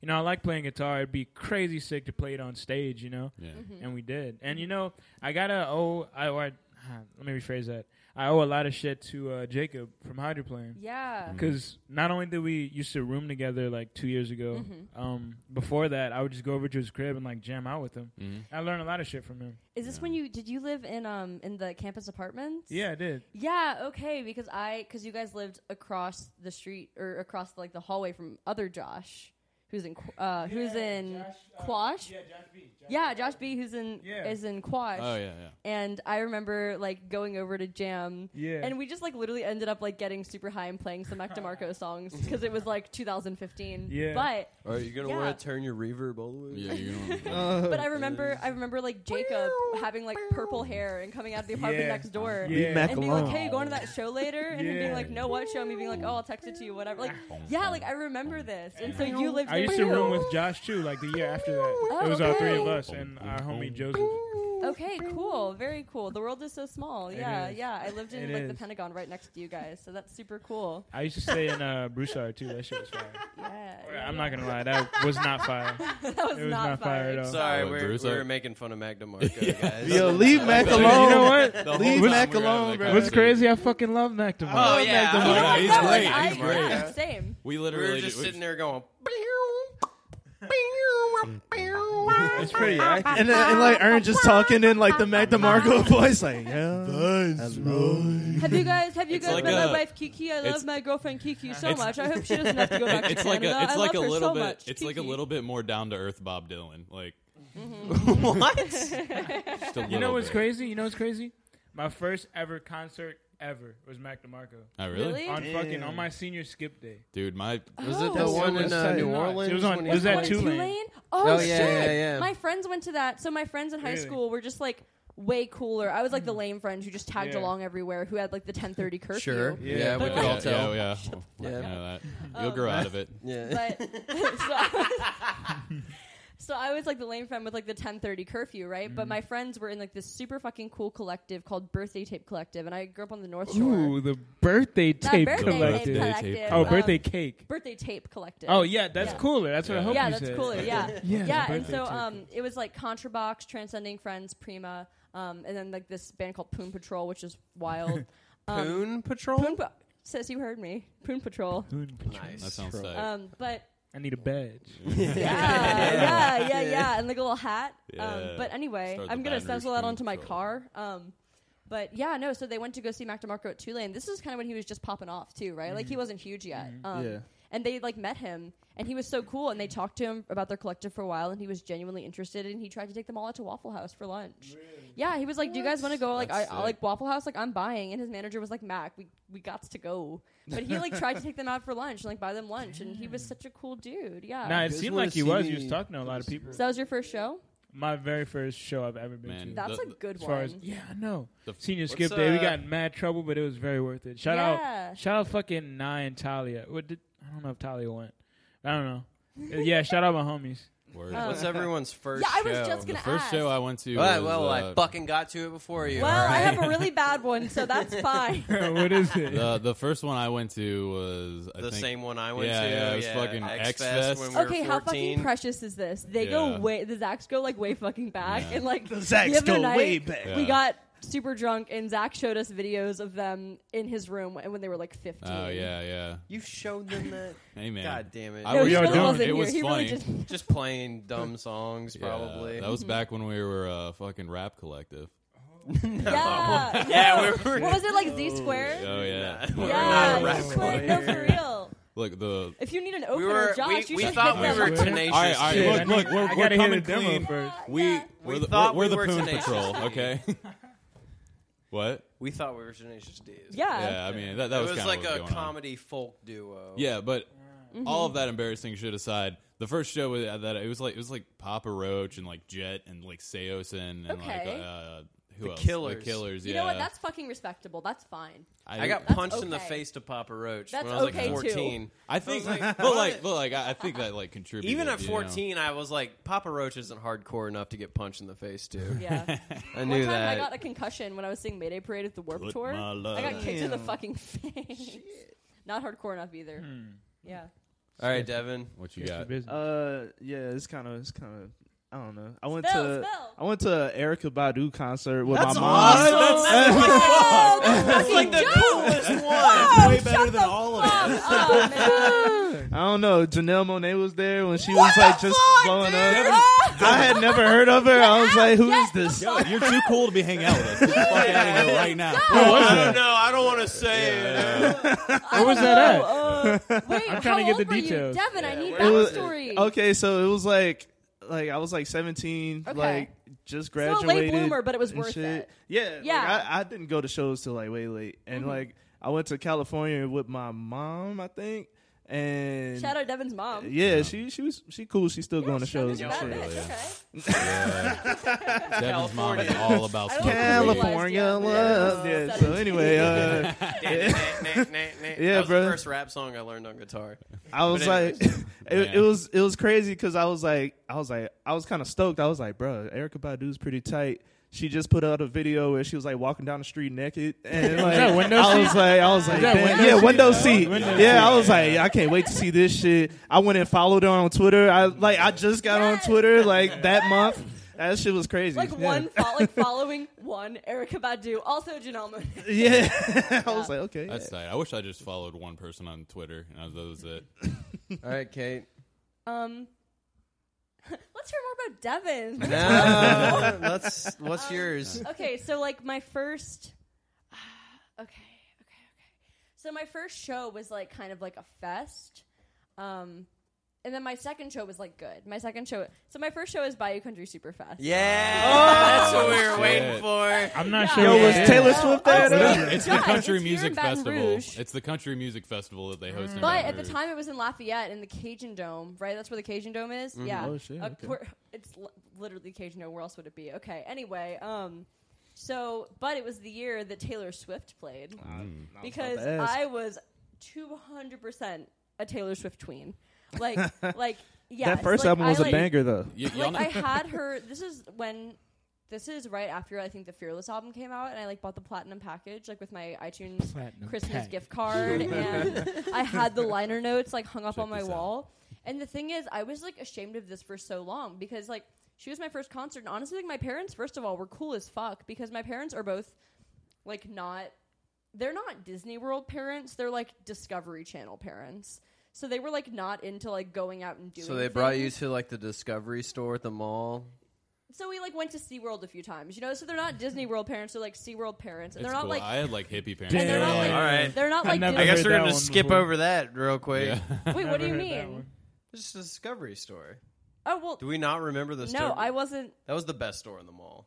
Speaker 3: you know, I like playing guitar. It'd be crazy sick to play it on stage, you know.
Speaker 1: Yeah.
Speaker 4: Mm-hmm.
Speaker 3: And we did, and you know, I gotta owe I, or I let me rephrase that. I owe a lot of shit to uh, Jacob from Hydroplane.
Speaker 4: Mm-hmm. Yeah.
Speaker 3: Because not only did we used to room together like two years ago, um, before that I would just go over to his crib and like jam out with him.
Speaker 1: Mhm.
Speaker 3: I learned a lot of shit from him.
Speaker 4: Is this when you did you live in um in the campus apartments?
Speaker 3: Yeah, I did.
Speaker 4: Yeah, okay, because I because you guys lived across the street or across like the hallway from other Josh, who's in Qu- uh who's in Quash. uh, Yeah.
Speaker 3: Josh B.
Speaker 4: Josh B, who's in
Speaker 3: Yeah.
Speaker 4: is in Quash,
Speaker 1: Oh yeah, yeah.
Speaker 4: and I remember like going over to jam,
Speaker 3: Yeah.
Speaker 4: and we just like literally ended up like getting super high and playing some Mac DeMarco songs because it was like 2015.
Speaker 3: Yeah.
Speaker 4: but
Speaker 5: Are you gonna
Speaker 4: Yeah.
Speaker 5: want to turn your reverb all the way?
Speaker 1: Yeah, you know.
Speaker 6: Uh,
Speaker 4: but I remember I remember like Jacob having like purple hair and coming out of the apartment
Speaker 3: Yeah.
Speaker 4: next door,
Speaker 3: Leave Mac
Speaker 4: and being like,
Speaker 3: alone.
Speaker 4: "Hey, going to that show later?" And him being
Speaker 3: Yeah.
Speaker 4: like, "No, what show?" And me being like, "Oh, I'll text it to you, whatever." Like, yeah, like I remember this, and so you lived.
Speaker 3: I
Speaker 4: there
Speaker 3: used to
Speaker 4: too.
Speaker 3: room with Josh too, like the year after that. it was all
Speaker 4: okay.
Speaker 3: three of us and our homie Joseph.
Speaker 4: Okay, cool, very cool. The world is so small.
Speaker 3: It
Speaker 4: Yeah,
Speaker 3: is.
Speaker 4: yeah. I lived in
Speaker 3: It
Speaker 4: like the
Speaker 3: is.
Speaker 4: Pentagon right next to you guys, so that's super cool.
Speaker 3: I used to stay in uh, Broussard too. That shit was fire.
Speaker 4: Yeah,
Speaker 3: I'm not gonna lie, that was not fire.
Speaker 4: that was,
Speaker 3: It was
Speaker 4: not,
Speaker 3: not fire at
Speaker 4: fire.
Speaker 3: all.
Speaker 2: Sorry,
Speaker 1: What,
Speaker 2: we're,
Speaker 1: Bruce?
Speaker 2: we're making fun of Mac DeMarco, guys.
Speaker 5: Yo, leave Mac
Speaker 1: You
Speaker 3: alone. know what?
Speaker 1: The whole
Speaker 6: Leave
Speaker 1: time
Speaker 6: Mac
Speaker 1: we were having
Speaker 6: alone,
Speaker 1: that
Speaker 6: bro.
Speaker 3: What's
Speaker 1: conversation,
Speaker 3: crazy? I fucking love Mac DeMarco.
Speaker 2: Oh, yeah. I
Speaker 1: Yeah,
Speaker 2: love
Speaker 1: he's
Speaker 2: Mac
Speaker 1: great.
Speaker 4: I,
Speaker 1: He's
Speaker 2: great.
Speaker 4: yeah, same.
Speaker 1: We
Speaker 2: DeMarco. We
Speaker 1: literally
Speaker 2: were just
Speaker 1: we-
Speaker 2: sitting there going,
Speaker 6: It's pretty accurate. And, and like Aaron just talking in like the Mac DeMarco voice, like yeah,
Speaker 4: Have you guys? Have you
Speaker 1: It's
Speaker 4: guys
Speaker 1: like
Speaker 4: met
Speaker 1: a-
Speaker 4: my wife Kiki? I love
Speaker 1: it's-
Speaker 4: my girlfriend Kiki so
Speaker 1: It's-
Speaker 4: much. I hope she doesn't have to go
Speaker 1: It-
Speaker 4: back to
Speaker 1: it's like
Speaker 4: Canada.
Speaker 1: a, it's
Speaker 4: I
Speaker 1: like a
Speaker 4: love her
Speaker 1: little
Speaker 4: so
Speaker 1: bit,
Speaker 4: much.
Speaker 1: it's like a
Speaker 4: Kiki.
Speaker 1: little bit more down to earth Bob Dylan, like
Speaker 5: what?
Speaker 1: just a
Speaker 3: You know
Speaker 1: little
Speaker 3: what's
Speaker 1: bit.
Speaker 3: crazy? You know what's crazy? My first ever concert ever was Mac DeMarco.
Speaker 1: Oh, really?
Speaker 4: Really?
Speaker 3: on fucking
Speaker 6: Damn.
Speaker 3: on my senior skip day.
Speaker 1: dude, my
Speaker 5: Was it the
Speaker 4: Oh.
Speaker 5: one in uh,
Speaker 6: That's
Speaker 5: New
Speaker 6: nuts.
Speaker 5: Orleans?
Speaker 3: It was on-
Speaker 5: when
Speaker 3: it
Speaker 5: he-
Speaker 3: was at
Speaker 4: One in
Speaker 3: Tulane.
Speaker 4: Oh,
Speaker 5: Oh, yeah,
Speaker 4: shit!
Speaker 5: yeah, yeah.
Speaker 4: My friends went to that. So my friends in high
Speaker 3: Really?
Speaker 4: school were just like way cooler. I was like the
Speaker 1: Mm.
Speaker 4: lame friend who just tagged
Speaker 3: Yeah.
Speaker 4: along everywhere, who had like the 10:30 curfew.
Speaker 5: Sure. Yeah,
Speaker 6: Yeah.
Speaker 5: we
Speaker 1: yeah,
Speaker 5: could all
Speaker 1: yeah,
Speaker 5: tell.
Speaker 1: yeah, yeah.
Speaker 5: Yeah.
Speaker 1: I know that. You'll
Speaker 4: Um,
Speaker 1: grow out of it.
Speaker 5: Yeah.
Speaker 4: But so I was- so I was like the lame friend with like the 10:30 curfew, right?
Speaker 3: Mm-hmm.
Speaker 4: But my friends were in like this super fucking cool collective called Birthday Tape Collective, and I grew up on the North Shore.
Speaker 3: Ooh, the birthday
Speaker 4: That
Speaker 3: tape
Speaker 4: birthday
Speaker 1: collective.
Speaker 4: collective.
Speaker 1: Birthday
Speaker 4: collective.
Speaker 1: tape.
Speaker 3: Oh,
Speaker 4: um,
Speaker 3: birthday cake.
Speaker 4: Birthday tape collective.
Speaker 3: Oh yeah, that's
Speaker 4: Yeah.
Speaker 3: cooler. That's what I
Speaker 1: Yeah.
Speaker 3: hope
Speaker 4: yeah,
Speaker 3: you
Speaker 4: that's
Speaker 3: said.
Speaker 4: cooler. Yeah, yeah.
Speaker 3: it's a
Speaker 4: and
Speaker 3: birthday
Speaker 4: so
Speaker 3: tape.
Speaker 4: um, it was like Contrabox, Transcending Friends, Prima, um, and then like this band called Poon Patrol, which is wild. Um,
Speaker 5: Poon Patrol?
Speaker 4: Poon pa- says you heard me, Poon Patrol.
Speaker 5: Nice.
Speaker 1: That sounds sick.
Speaker 4: Um, but
Speaker 3: I need a badge.
Speaker 4: yeah, yeah, yeah,
Speaker 5: Yeah.
Speaker 4: yeah, and like a little hat. Um,
Speaker 1: Yeah.
Speaker 4: but anyway,
Speaker 1: Start the
Speaker 4: I'm gonna
Speaker 1: banners,
Speaker 4: stencil that
Speaker 1: Poon
Speaker 4: onto my
Speaker 1: Patrol.
Speaker 4: car. Um, but yeah, no. So they went to go see Mac DeMarco at Tulane. This is kind of when he was just popping off too, right? Like he
Speaker 1: Mm-hmm.
Speaker 4: wasn't huge yet. Um,
Speaker 6: Yeah.
Speaker 4: And they like met him, and he was so cool. And they talked to him about their collective for a while, and he was genuinely interested. And he tried to take them all out to Waffle House for lunch. Yeah, he was like, "Do you guys want to go? Like, I,
Speaker 1: That's
Speaker 4: I
Speaker 1: sick.
Speaker 4: like Waffle House. Like, I'm buying." And his manager was like, "Mac, we we got to go." But he like tried to take them out for lunch and like buy them lunch, and he was
Speaker 1: Mm.
Speaker 4: such a cool dude. Yeah.
Speaker 3: Nah, it
Speaker 5: guys
Speaker 3: seemed
Speaker 5: wanna
Speaker 3: like he
Speaker 5: see
Speaker 3: was.
Speaker 5: me
Speaker 3: He was talking to a lot of people.
Speaker 4: So that was your first show.
Speaker 3: My very first show I've ever been
Speaker 1: Man,
Speaker 3: to.
Speaker 4: That's
Speaker 1: The-
Speaker 4: a
Speaker 1: the-
Speaker 4: good
Speaker 3: As far
Speaker 4: one.
Speaker 3: as yeah, I know.
Speaker 1: The-
Speaker 3: Senior
Speaker 5: What's,
Speaker 3: skip day, we
Speaker 5: uh,
Speaker 3: got in mad trouble, but it was very worth it. Shout
Speaker 4: Yeah.
Speaker 3: out, shout out, fucking Nye and Talia. What did I don't know if Talia went. I don't know. Uh, yeah, shout out my homies.
Speaker 1: Word.
Speaker 2: uh,
Speaker 4: Um,
Speaker 5: What's everyone's first
Speaker 4: yeah, I was
Speaker 5: show?
Speaker 4: just gonna
Speaker 1: the first
Speaker 4: ask.
Speaker 1: show I went to.
Speaker 5: All right,
Speaker 1: was,
Speaker 5: well,
Speaker 1: uh,
Speaker 5: I fucking got to it before you.
Speaker 4: well,
Speaker 5: all
Speaker 4: I
Speaker 5: right?
Speaker 4: have a really bad one, so that's fine.
Speaker 3: what is it?
Speaker 1: the the first one I went to was I
Speaker 5: the
Speaker 1: think,
Speaker 5: same one I went
Speaker 1: Yeah,
Speaker 5: to.
Speaker 1: yeah, it was fucking X-Fest.
Speaker 5: when we
Speaker 4: okay,
Speaker 5: were
Speaker 4: how fucking
Speaker 5: 14.
Speaker 4: precious is this? They go
Speaker 1: Yeah.
Speaker 4: way the Zacks go like way fucking back,
Speaker 1: Yeah.
Speaker 4: and like the
Speaker 6: Zacks
Speaker 4: other
Speaker 6: go
Speaker 4: night,
Speaker 6: way back.
Speaker 4: We
Speaker 1: Yeah.
Speaker 4: got super drunk, and Zach showed us videos of them in his room when, when they were like fifteen.
Speaker 1: Oh yeah, yeah.
Speaker 5: You showed them that.
Speaker 1: Hey man,
Speaker 5: God damn it.
Speaker 1: I
Speaker 4: no,
Speaker 1: was
Speaker 4: he really
Speaker 1: drunk.
Speaker 4: wasn't
Speaker 1: It
Speaker 4: here.
Speaker 1: was
Speaker 4: he really
Speaker 1: funny.
Speaker 4: just
Speaker 5: Just playing dumb songs,
Speaker 1: Yeah,
Speaker 5: probably.
Speaker 1: that
Speaker 4: Mm-hmm.
Speaker 1: was back when we were uh, fucking rap collective.
Speaker 4: yeah,
Speaker 5: Oh. Yeah,
Speaker 4: no.
Speaker 5: we were-
Speaker 4: What was it like Z squared?
Speaker 1: Oh yeah,
Speaker 5: Nah.
Speaker 1: Or,
Speaker 5: we're
Speaker 4: yeah,
Speaker 5: not a rap
Speaker 4: Z squared. No, for real.
Speaker 1: Look the.
Speaker 4: If you need an opener,
Speaker 5: we were.
Speaker 4: Josh,
Speaker 5: we
Speaker 4: you
Speaker 5: we
Speaker 4: should
Speaker 5: thought
Speaker 4: hit
Speaker 5: we
Speaker 4: them
Speaker 5: were
Speaker 4: up.
Speaker 5: tenacious.
Speaker 1: All right, all
Speaker 5: dude.
Speaker 1: right. Look, look,
Speaker 3: I
Speaker 1: we're, we're
Speaker 3: gotta hear
Speaker 1: coming
Speaker 3: the demo
Speaker 1: clean.
Speaker 3: first.
Speaker 1: We
Speaker 4: Yeah.
Speaker 1: we're the,
Speaker 5: thought
Speaker 1: we're,
Speaker 5: we
Speaker 1: the
Speaker 5: were
Speaker 1: Poon
Speaker 5: tenacious.
Speaker 1: Patrol, okay? what?
Speaker 2: We thought we were Tenacious D. is-
Speaker 4: Yeah.
Speaker 1: Yeah, I mean that that
Speaker 2: it
Speaker 1: was,
Speaker 2: was,
Speaker 1: kind
Speaker 2: like
Speaker 1: of what
Speaker 2: a
Speaker 1: was going on.
Speaker 2: comedy folk duo.
Speaker 1: Yeah, but
Speaker 4: Mm-hmm.
Speaker 1: all of that embarrassing shit aside, the first show was that it was like it was like Papa Roach and like Jet and like Seosin and like
Speaker 4: Okay.
Speaker 1: uh, who
Speaker 2: The
Speaker 1: else?
Speaker 2: Killers.
Speaker 1: The Killers.
Speaker 4: You
Speaker 1: yeah.
Speaker 4: know what? That's fucking respectable. That's fine.
Speaker 2: I got
Speaker 4: That's
Speaker 2: punched in the
Speaker 4: okay.
Speaker 2: face to Papa Roach
Speaker 4: That's
Speaker 2: when I was
Speaker 4: okay,
Speaker 2: like
Speaker 4: too.
Speaker 2: 14.
Speaker 1: I think,
Speaker 2: I was like,
Speaker 1: but
Speaker 2: what
Speaker 1: like,
Speaker 2: is-
Speaker 1: but like, I I think that like contributed.
Speaker 2: Even at
Speaker 1: you know?
Speaker 2: 14, I was like, Papa Roach isn't hardcore enough to get punched in the face, too.
Speaker 4: Yeah.
Speaker 2: I
Speaker 4: One
Speaker 2: knew
Speaker 4: time
Speaker 2: that.
Speaker 4: I got a concussion when I was seeing Mayday Parade at the Warp
Speaker 1: Put
Speaker 4: Tour.
Speaker 1: my love
Speaker 4: I got kicked in the
Speaker 6: Damn.
Speaker 4: fucking face. Not hardcore enough either.
Speaker 3: Hmm.
Speaker 4: Yeah.
Speaker 2: All right, Devin.
Speaker 1: What you got?
Speaker 6: Uh, yeah, it's kind of it's kind of I don't know. I went
Speaker 4: Spell,
Speaker 6: to
Speaker 4: spell.
Speaker 6: I went to an Erica Badu concert with
Speaker 2: That's
Speaker 6: my mom.
Speaker 2: awesome. That's-
Speaker 4: Oh,
Speaker 2: That's like the coolest one.
Speaker 4: Whoa,
Speaker 1: way
Speaker 4: shut
Speaker 1: better than
Speaker 4: the
Speaker 1: all of
Speaker 4: fuck up, Oh, man.
Speaker 6: I don't know. Janelle Monet was there when she was
Speaker 4: What
Speaker 6: like
Speaker 4: the
Speaker 6: just
Speaker 4: fuck,
Speaker 6: blowing
Speaker 4: dude? Oh.
Speaker 6: up. I had never heard of her. I was like, who
Speaker 4: Get
Speaker 6: is this?
Speaker 4: the
Speaker 1: Yo, you're too cool to be hanging out with us. Get the fuck out of here right now.
Speaker 2: I don't know. I don't want to say it.
Speaker 4: Where
Speaker 3: was that at?
Speaker 4: Uh, wait,
Speaker 3: I'm trying
Speaker 4: how
Speaker 3: to get
Speaker 4: old
Speaker 3: the
Speaker 4: were you?
Speaker 3: details.
Speaker 4: Devin, I need
Speaker 2: where
Speaker 6: It was-
Speaker 4: backstory.
Speaker 6: Okay, so it was like like I was like 17,
Speaker 4: Okay.
Speaker 6: like just
Speaker 4: a late
Speaker 6: graduated.
Speaker 4: bloomer, but it was
Speaker 6: and
Speaker 4: worth
Speaker 6: shit.
Speaker 4: it.
Speaker 6: Yeah, yeah.
Speaker 4: Yeah. Mm-hmm.
Speaker 6: I, I didn't go to shows till like way late, and like I went to California with my mom, I think, and
Speaker 4: Shout out Devin's mom.
Speaker 6: yeah, she she was she cool. She's still going to
Speaker 4: shout out
Speaker 6: shows and
Speaker 4: that
Speaker 6: shit.
Speaker 4: bitch,
Speaker 1: Yeah.
Speaker 4: okay.
Speaker 1: Devin's mom is all about smoking
Speaker 4: I don't think
Speaker 1: weed.
Speaker 4: California
Speaker 6: California
Speaker 4: love.
Speaker 6: love.
Speaker 4: Yeah.
Speaker 6: Yeah. So anyway, uh,
Speaker 2: Yeah, that was the
Speaker 6: bro.
Speaker 2: first rap song I learned on guitar.
Speaker 6: I was
Speaker 2: But
Speaker 6: like,
Speaker 2: anyways.
Speaker 6: it,
Speaker 1: Yeah.
Speaker 6: it was it was crazy because I was like, I was like, I was kind of stoked. I was like, bro, Erica Badu's pretty tight. She just put out a video where she was like walking down the street naked, and like
Speaker 3: that window
Speaker 6: I was
Speaker 3: seat?
Speaker 6: like, I was like,
Speaker 3: that
Speaker 6: damn.
Speaker 3: window
Speaker 6: yeah,
Speaker 3: seat?
Speaker 6: window seat,
Speaker 3: Window
Speaker 6: yeah. I was like, I can't wait to see this shit. I went and followed her on Twitter. I like, I just got
Speaker 4: Yes.
Speaker 6: on Twitter like that month. That shit was crazy.
Speaker 4: Like
Speaker 6: yeah.
Speaker 4: one, fo- like following one Erica Badu, also Janelle Monáe.
Speaker 6: yeah. I was like, okay,
Speaker 1: That's tight. I wish I just followed one person on Twitter, and that was it.
Speaker 2: All right, Kate.
Speaker 4: Um, let's hear more about Devin.
Speaker 2: Now, let's,
Speaker 4: Um,
Speaker 2: what's yours?
Speaker 4: okay, so like my first. okay, okay, okay. So my first show was like kind of like a fest, um, and then my second show was like good. My second show. So my first show is Bayou Country Superfest.
Speaker 2: Yeah, that's what we were waiting
Speaker 1: shit.
Speaker 2: for.
Speaker 3: I'm not
Speaker 4: Yeah.
Speaker 3: sure.
Speaker 4: Yo,
Speaker 3: what
Speaker 6: was
Speaker 3: it is.
Speaker 6: Taylor Swift there
Speaker 4: oh,
Speaker 6: at all?
Speaker 4: so
Speaker 1: It's the
Speaker 4: Judge,
Speaker 1: country
Speaker 4: it's here in
Speaker 1: music
Speaker 4: Baton
Speaker 1: festival.
Speaker 4: Rouge.
Speaker 1: It's the country music festival that they host. in
Speaker 4: But
Speaker 1: Baton
Speaker 4: at the
Speaker 1: Rouge.
Speaker 4: time, it was in Lafayette in the Cajun Dome, right? That's where the Cajun Dome is. Yeah.
Speaker 6: Oh, shit, okay.
Speaker 4: where- it's li- literally Cajun Dome. Where else would it be? Okay. Anyway, um, so but it was the year that Taylor Swift played because
Speaker 6: to ask.
Speaker 4: I was two hundred percent a Taylor Swift tween. Like, like yeah.
Speaker 6: that first album was a banger though.
Speaker 1: Y- y'all
Speaker 4: Like
Speaker 1: know-
Speaker 4: I had her. This is when. This is right after I think the Fearless album came out, and I like bought the platinum package, like with my iTunes
Speaker 3: Platinum
Speaker 4: Christmas
Speaker 3: package.
Speaker 4: gift card, and I had the liner notes like hung up
Speaker 1: Check
Speaker 4: on my
Speaker 1: this out.
Speaker 4: wall. And the thing is, I was like ashamed of this for so long because like she was my first concert, and honestly, like my parents, first of all, were cool as fuck because my parents are both like not they're not Disney World parents. They're like Discovery Channel parents. So they were like not into like going out and doing.
Speaker 2: So they brought you
Speaker 4: things.
Speaker 2: to like the Discovery store at the mall.
Speaker 4: So we like went to SeaWorld a few times, you know. So they're not Disney World parents. They're like SeaWorld parents, and
Speaker 1: It's
Speaker 4: they're
Speaker 1: cool.
Speaker 4: not like
Speaker 1: I had like hippie parents.
Speaker 4: and they're not like
Speaker 2: All right.
Speaker 4: they're not
Speaker 3: I
Speaker 4: like
Speaker 3: never
Speaker 4: Disney.
Speaker 2: I guess
Speaker 3: heard
Speaker 2: we're
Speaker 3: that
Speaker 2: gonna
Speaker 3: one
Speaker 2: skip
Speaker 3: before.
Speaker 2: over that real quick.
Speaker 1: Yeah.
Speaker 4: Wait, what do you
Speaker 3: Never heard that
Speaker 4: mean?
Speaker 3: one.
Speaker 2: Just a Discovery store.
Speaker 4: Oh well,
Speaker 2: Do we not remember this?
Speaker 4: no, I wasn't.
Speaker 2: That was the best store in the mall.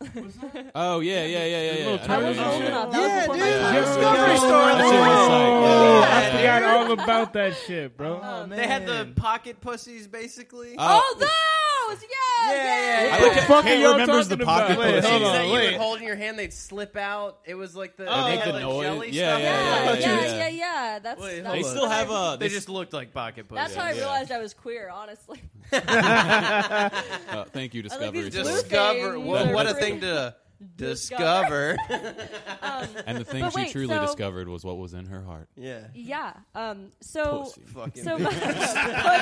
Speaker 1: Oh yeah, yeah, yeah, yeah. yeah.
Speaker 4: I
Speaker 1: know
Speaker 4: wasn't
Speaker 1: what you
Speaker 4: old
Speaker 1: mean.
Speaker 4: enough. That was before my time.
Speaker 2: Discovery store in the
Speaker 1: That's what it's
Speaker 2: mall.
Speaker 1: like.
Speaker 3: Oh,
Speaker 1: Yeah.
Speaker 3: I forgot all about that shit, bro.
Speaker 6: Oh,
Speaker 2: They had the pocket pussies, basically.
Speaker 4: Oh, those! Yeah,
Speaker 2: Yeah, yeah,
Speaker 1: Uh,
Speaker 4: yeah,
Speaker 1: I
Speaker 2: yeah.
Speaker 1: like
Speaker 2: What the
Speaker 1: that
Speaker 3: fuck
Speaker 1: Kate
Speaker 3: are y'all
Speaker 1: remembers the
Speaker 3: talking
Speaker 1: pocket
Speaker 3: about? Wait,
Speaker 2: Things
Speaker 1: pussy.
Speaker 3: hold
Speaker 2: that
Speaker 3: on,
Speaker 2: you
Speaker 3: wait.
Speaker 2: would hold in your hand, they'd slip out. It was like the,
Speaker 1: Oh,
Speaker 2: they
Speaker 1: like
Speaker 2: had,
Speaker 1: the
Speaker 2: like,
Speaker 1: noise?
Speaker 2: jelly
Speaker 1: Yeah,
Speaker 2: stuff.
Speaker 1: yeah,
Speaker 4: yeah,
Speaker 1: thought you-
Speaker 4: yeah,
Speaker 1: yeah.
Speaker 4: yeah, yeah. That's
Speaker 2: Wait,
Speaker 1: They
Speaker 4: that's
Speaker 2: hold
Speaker 4: how
Speaker 2: on.
Speaker 1: still
Speaker 4: I-
Speaker 1: have uh, a.
Speaker 2: They just looked like pocket pussies.
Speaker 4: That's how I
Speaker 1: Yeah.
Speaker 4: realized I was queer. Honestly,
Speaker 1: Uh, thank you,
Speaker 4: I like
Speaker 1: Discovery.
Speaker 4: these
Speaker 1: Store.
Speaker 4: blue
Speaker 2: discover
Speaker 4: things
Speaker 2: what,
Speaker 4: are
Speaker 2: what a
Speaker 4: pretty-
Speaker 2: thing to
Speaker 4: Discover.
Speaker 2: discover.
Speaker 4: um,
Speaker 1: and the thing
Speaker 4: But
Speaker 1: she
Speaker 4: wait,
Speaker 1: truly
Speaker 4: so-
Speaker 1: discovered was what was in her heart.
Speaker 2: yeah.
Speaker 4: yeah. Um, so
Speaker 1: Pussy.
Speaker 2: Fucking
Speaker 4: so my,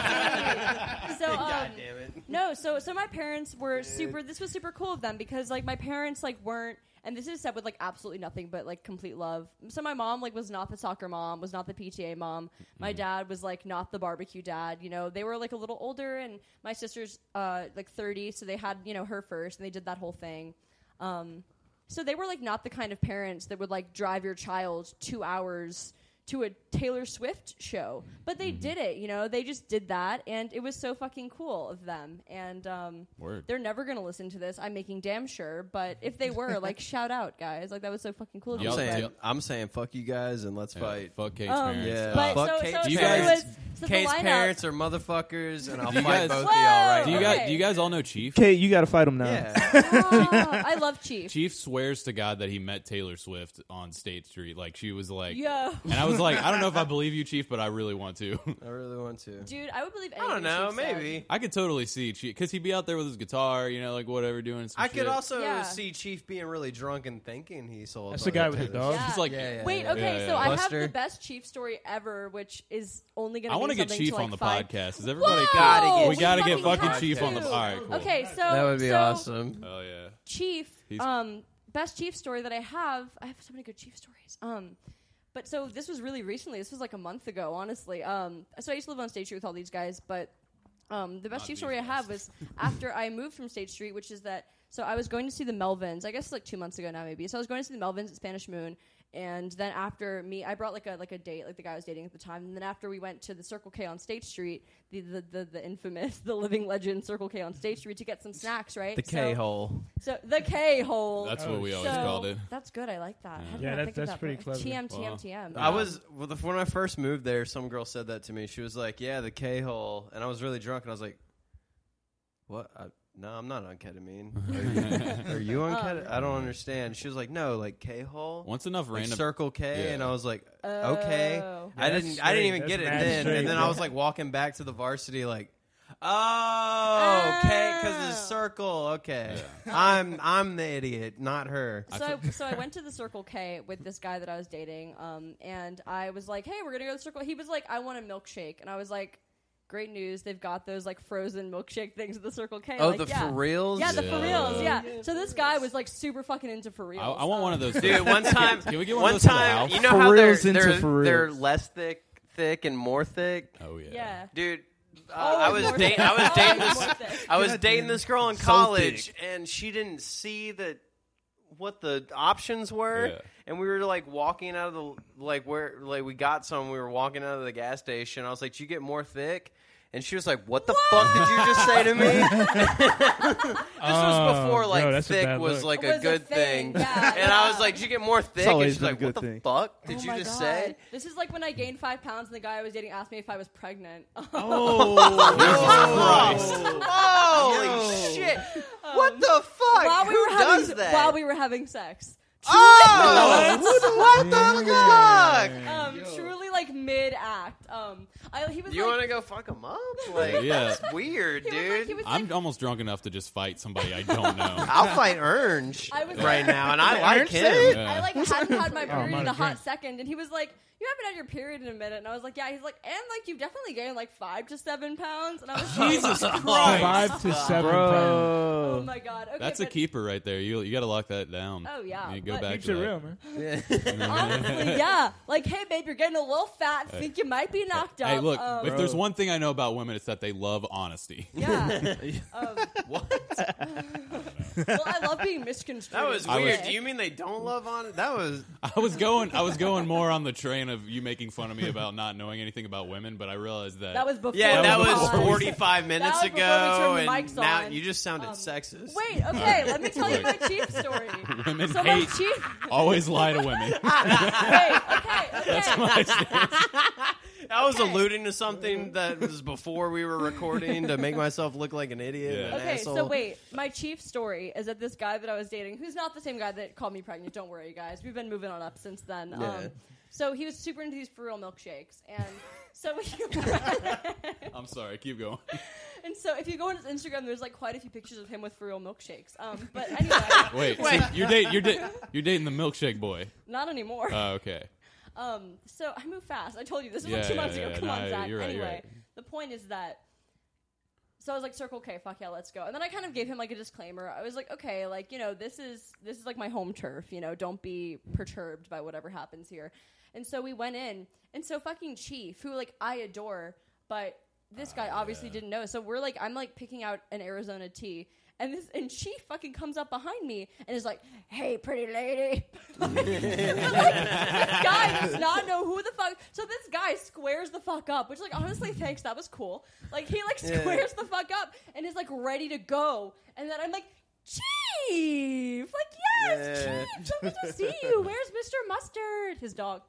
Speaker 4: pussy. so
Speaker 2: God
Speaker 4: um,
Speaker 2: damn it.
Speaker 4: no so so my parents were super this was super cool of them because like my parents like weren't and this is said with like absolutely nothing but like complete love so my mom like was not the soccer mom was not the pta mom my dad was like not the barbecue dad you know they were like a little older and my sister's uh like 30 so they had you know her first and they did that whole thing um so they were like not the kind of parents that would like drive your child two hours to a Taylor Swift show. But they did it, you know. They just did that, and it was so fucking cool of them. And um,
Speaker 1: Word.
Speaker 4: they're never gonna listen to this. I'm making damn sure. But if they were, like, shout out, guys. Like that was so fucking cool. of
Speaker 2: I'm
Speaker 1: Y'all-
Speaker 4: you.
Speaker 2: saying,
Speaker 1: y'all-
Speaker 2: I'm saying, fuck you guys, and let's
Speaker 1: Yeah,
Speaker 2: fight.
Speaker 1: Fuck Kate's
Speaker 4: Um,
Speaker 1: parents.
Speaker 2: Yeah.
Speaker 4: But
Speaker 2: Fuck
Speaker 4: so,
Speaker 2: Kate-
Speaker 4: so,
Speaker 1: do you
Speaker 4: so it
Speaker 1: guys-
Speaker 4: was so the
Speaker 2: Kate's
Speaker 4: lineup-
Speaker 2: parents are motherfuckers, and I'll
Speaker 1: Do you
Speaker 2: fight
Speaker 1: guys-
Speaker 2: both
Speaker 4: Whoa!
Speaker 2: of y'all
Speaker 1: do you
Speaker 2: right
Speaker 1: guys?
Speaker 4: Okay.
Speaker 1: Do you guys all know Chief?
Speaker 6: Kate, you got to fight him now.
Speaker 2: now. Yeah.
Speaker 4: Ah, I love Chief.
Speaker 1: Chief swears to God that he met Taylor Swift on State Street. Like she was like,
Speaker 4: Yo.
Speaker 1: and I was like, I don't know if I believe you, Chief, but I really want to.
Speaker 2: I really want to.
Speaker 4: Dude, I would believe
Speaker 2: I
Speaker 4: anything.
Speaker 2: don't know.
Speaker 4: Chief said.
Speaker 2: Maybe
Speaker 1: I could totally see Chief because he'd be out there with his guitar, you know, like whatever, doing. Some
Speaker 2: I could
Speaker 1: shit.
Speaker 2: also
Speaker 4: Yeah.
Speaker 2: see Chief being really drunk and thinking he sold.
Speaker 3: That's the guy with the dog.
Speaker 4: Yeah.
Speaker 1: It's like,
Speaker 2: Yeah, yeah.
Speaker 4: Wait, okay,
Speaker 1: yeah,
Speaker 4: so
Speaker 1: yeah.
Speaker 4: I have
Speaker 2: Buster.
Speaker 4: the best Chief story ever, which is only going
Speaker 1: I want
Speaker 4: to
Speaker 1: to get Chief
Speaker 4: like
Speaker 1: on the
Speaker 4: five-
Speaker 1: podcast. Is everybody?
Speaker 2: Gotta
Speaker 4: Whoa,
Speaker 2: get
Speaker 1: we gotta get
Speaker 2: fucking
Speaker 1: fucking
Speaker 4: have
Speaker 1: Chief
Speaker 2: to.
Speaker 1: on the. All right, cool.
Speaker 4: Okay, so
Speaker 2: That would be
Speaker 4: so
Speaker 2: awesome.
Speaker 1: Oh yeah.
Speaker 4: Chief,
Speaker 1: He's-
Speaker 4: um, best Chief story that I have. I have so many good Chief stories. Um, but so this was really recently. This was like a month ago, honestly. Um, so I used to live on State Street with all these guys, but um, the best
Speaker 1: Not
Speaker 4: Chief
Speaker 1: these
Speaker 4: story I
Speaker 1: guys.
Speaker 4: have was after I moved from State Street, which is that. So I was going to see the Melvins. I guess like two months ago now, maybe. So I was going to see the Melvins at Spanish Moon, and then after me, I brought like a like a date, like the guy I was dating at the time. And then after we went to the Circle K on State Street, the the the, the infamous, the living legend Circle K on State Street to get some snacks, right?
Speaker 2: The
Speaker 4: So-
Speaker 2: K hole.
Speaker 4: so the K hole.
Speaker 1: That's
Speaker 3: Oh,
Speaker 1: what we always
Speaker 4: so,
Speaker 1: called it.
Speaker 4: That's good. I like that. How did
Speaker 3: Yeah,
Speaker 4: I
Speaker 3: that-
Speaker 4: think of
Speaker 3: that's
Speaker 4: that
Speaker 3: pretty
Speaker 4: word?
Speaker 3: clever.
Speaker 4: TM
Speaker 1: Wow.
Speaker 4: TM TM.
Speaker 2: I was well, the- when I first moved there. Some girl said that to me. She was like, "Yeah, the K hole," and I was really drunk, and I was like, "What? I, no, I'm not on ketamine. Are you, are
Speaker 4: Oh.
Speaker 2: you on ketamine? I don't understand." She was like, "No, like K hole."
Speaker 1: Once enough
Speaker 2: like
Speaker 1: random.
Speaker 2: circle K,
Speaker 1: Yeah.
Speaker 2: and I was like, okay.
Speaker 4: Oh.
Speaker 2: I
Speaker 3: That's
Speaker 2: didn't, I didn't
Speaker 3: straight.
Speaker 2: even
Speaker 3: That's
Speaker 2: get it
Speaker 3: mad
Speaker 2: then,
Speaker 3: straight,
Speaker 2: and then I
Speaker 3: bro.
Speaker 2: was like walking back to the varsity, like, oh, okay, because it's
Speaker 4: Oh.
Speaker 2: circle. Okay, I'm, I'm the idiot, not her.
Speaker 4: So I, so I went to the Circle K with this guy that I was dating, um, and I was like, "Hey, we're gonna go to the Circle." He was like, "I want a milkshake," and I was like, "Great news! They've got those like frozen milkshake things at the Circle K."
Speaker 2: Oh,
Speaker 4: like,
Speaker 2: the
Speaker 4: yeah.
Speaker 2: for reals.
Speaker 4: Yeah, the for
Speaker 1: Yeah.
Speaker 4: reals. Yeah. So this guy was like super fucking into for reals. Um,
Speaker 1: I, I want one of those.
Speaker 2: Dude, one time,
Speaker 1: Can we get one,
Speaker 2: one
Speaker 1: of those for the
Speaker 2: time,
Speaker 1: house?
Speaker 2: you know
Speaker 6: For
Speaker 2: how they're,
Speaker 6: reals into
Speaker 2: they're,
Speaker 6: for reals.
Speaker 2: they're less thick, thick, and more thick,
Speaker 1: Oh yeah.
Speaker 4: Yeah.
Speaker 2: dude. Uh,
Speaker 4: Always
Speaker 2: I was
Speaker 4: Oh, more
Speaker 2: dating,
Speaker 4: thick.
Speaker 2: I was dating
Speaker 4: Always
Speaker 2: this,
Speaker 4: more thick.
Speaker 2: I was dating this girl in
Speaker 6: So
Speaker 2: college,
Speaker 6: thick.
Speaker 2: and she didn't see the what the options were.
Speaker 1: Yeah.
Speaker 2: And we were like walking out of the like where like we got some. We were walking out of the gas station. I was like, "Did you get more thick?" And she was like, "What the fuck did you just say to me?" this was
Speaker 3: Oh,
Speaker 2: before
Speaker 3: bro,
Speaker 2: like
Speaker 3: that's a
Speaker 2: thick
Speaker 3: bad
Speaker 2: was like
Speaker 3: look.
Speaker 4: Was
Speaker 2: a
Speaker 4: a
Speaker 2: good
Speaker 4: thing,
Speaker 2: thing,
Speaker 4: yeah,
Speaker 2: and I
Speaker 4: yeah.
Speaker 2: was like, "Did you get more thick?" And
Speaker 6: always
Speaker 2: she's
Speaker 6: been a
Speaker 2: like, "What
Speaker 6: good
Speaker 2: the
Speaker 6: thing.
Speaker 2: fuck did
Speaker 4: Oh
Speaker 2: you
Speaker 4: my
Speaker 2: just
Speaker 4: God.
Speaker 2: say?"
Speaker 4: This is like when I gained five pounds and the guy I was dating asked me if I was pregnant.
Speaker 1: Oh,
Speaker 6: Oh.
Speaker 2: Holy shit! What the fuck?
Speaker 4: Um, while we
Speaker 2: Who
Speaker 4: were
Speaker 2: does
Speaker 4: having
Speaker 2: that?
Speaker 4: while we were having sex.
Speaker 2: Oh, what the fuck?
Speaker 4: Um, truly like mid act. Um, I, he was
Speaker 2: You
Speaker 4: like,
Speaker 2: want to go fuck him up? Like,
Speaker 1: Yeah.
Speaker 2: that's weird,
Speaker 4: he was like,
Speaker 2: dude.
Speaker 4: he was like,
Speaker 1: I'm almost drunk enough to just fight somebody I don't know.
Speaker 2: I'll fight Ernge
Speaker 4: I was
Speaker 2: right
Speaker 4: like-
Speaker 2: now, and I
Speaker 6: Ernge
Speaker 2: like
Speaker 6: said
Speaker 2: him.
Speaker 1: it?
Speaker 4: I like hadn't had my
Speaker 3: I'm
Speaker 4: period
Speaker 3: out
Speaker 4: in a
Speaker 3: of
Speaker 4: hot
Speaker 3: drink.
Speaker 4: second, and he was like, "You haven't had your period in a minute," and I was like, "Yeah." He's like, "And like you definitely gained like five to seven pounds," and I was like,
Speaker 1: Jesus Christ,
Speaker 3: Five to seven pounds.
Speaker 4: "Oh
Speaker 6: Bro.
Speaker 4: my god, okay,
Speaker 1: that's a
Speaker 4: but
Speaker 1: keeper right there. You you got to lock that down.
Speaker 4: Oh, yeah,
Speaker 1: you go
Speaker 4: but-
Speaker 1: back
Speaker 3: Keeps
Speaker 1: to
Speaker 3: it
Speaker 1: that.
Speaker 3: real, man.
Speaker 4: Honestly, yeah. Like, hey, babe, you're getting a little fat. I think you might be knocked up.
Speaker 1: Hey, look,
Speaker 4: Um,
Speaker 1: if there's one thing I know about women, it's that they love honesty.
Speaker 4: yeah. um, well, I love being misconstrued.
Speaker 2: That was
Speaker 1: I was-
Speaker 2: weird. Do you mean they don't love on it? That was
Speaker 1: I was going I was going more on the train of you making fun of me about not knowing anything about women, but I realized that
Speaker 4: That was before.
Speaker 2: yeah, that
Speaker 1: That was
Speaker 2: was
Speaker 1: before-
Speaker 2: forty five minutes
Speaker 4: was before we
Speaker 2: ago,
Speaker 4: turned the
Speaker 2: and
Speaker 4: mics
Speaker 2: now
Speaker 4: on.
Speaker 2: you just sounded
Speaker 4: Um,
Speaker 2: sexist.
Speaker 4: Wait, okay, let me tell you my chief story.
Speaker 1: women
Speaker 4: So my
Speaker 1: hate
Speaker 4: chief.
Speaker 1: always lie to women.
Speaker 4: Ah. Wait, okay, okay.
Speaker 2: I was
Speaker 4: okay.
Speaker 2: alluding to something that was before we were recording to make myself look like an idiot.
Speaker 1: Yeah.
Speaker 2: And an
Speaker 4: Okay,
Speaker 2: asshole.
Speaker 4: so wait. My chief story is that this guy that I was dating, who's not the same guy that called me pregnant, don't worry, guys. We've been moving on up since then.
Speaker 2: Yeah.
Speaker 4: Um, so he was super into these for real milkshakes. And so he
Speaker 1: I'm sorry, keep going.
Speaker 4: And so if you go on his Instagram, there's like quite a few pictures of him with for real milkshakes. Um, but anyway,
Speaker 1: Wait, so you're date you're date you're dating the milkshake boy.
Speaker 4: not anymore.
Speaker 1: Oh, okay.
Speaker 4: Um, so I move fast. I told you this was
Speaker 1: Yeah,
Speaker 4: like two
Speaker 1: yeah,
Speaker 4: months ago.
Speaker 1: yeah,
Speaker 4: Come
Speaker 1: no,
Speaker 4: on, Zach.
Speaker 1: you're right,
Speaker 4: anyway,
Speaker 1: you're right.
Speaker 4: the point is that. So I was like, Circle K, fuck yeah, let's go. And then I kind of gave him like a disclaimer. I was like, okay, like you know, this is this is like my home turf. You know, don't be perturbed by whatever happens here. And so we went in, and so fucking Chief, who like I
Speaker 1: Ah,
Speaker 4: adore, but this guy obviously didn't know. So we're like, I'm like picking out an Arizona tea. And this and she fucking comes up behind me and is like, "Hey, pretty lady." this guy does not know who the fuck. So this guy squares the fuck up, which like honestly, thanks, that was cool. Like he like
Speaker 2: Yeah.
Speaker 4: squares the fuck up and is like ready to go, and then I'm like. Chief, like yes,
Speaker 2: Yeah.
Speaker 4: Chief, so good to see you. Where's Mr. Mustard, his dog?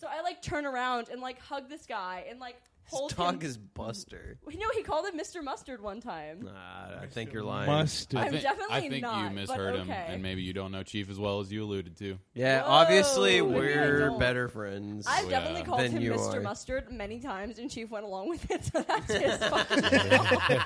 Speaker 4: So I like turn around and like hug this guy and like hold
Speaker 2: His dog
Speaker 4: him.
Speaker 2: is Buster.
Speaker 4: We know he called him Mr. Mustard one time.
Speaker 2: Nah, I think you're lying.
Speaker 6: Must.
Speaker 1: I
Speaker 4: I'm
Speaker 1: think,
Speaker 4: definitely
Speaker 1: I think
Speaker 4: not,
Speaker 1: you
Speaker 4: but
Speaker 1: misheard him,
Speaker 4: okay.
Speaker 1: and maybe you don't know Chief as well as you alluded to.
Speaker 2: Yeah,
Speaker 4: Whoa,
Speaker 2: obviously
Speaker 4: maybe I
Speaker 2: we're
Speaker 4: don't.
Speaker 2: better friends.
Speaker 4: I've
Speaker 1: Yeah.
Speaker 4: definitely called
Speaker 2: Then
Speaker 4: him
Speaker 2: you
Speaker 4: Mr.
Speaker 2: are.
Speaker 4: Mustard many times, and Chief went along with it, so that's his fault.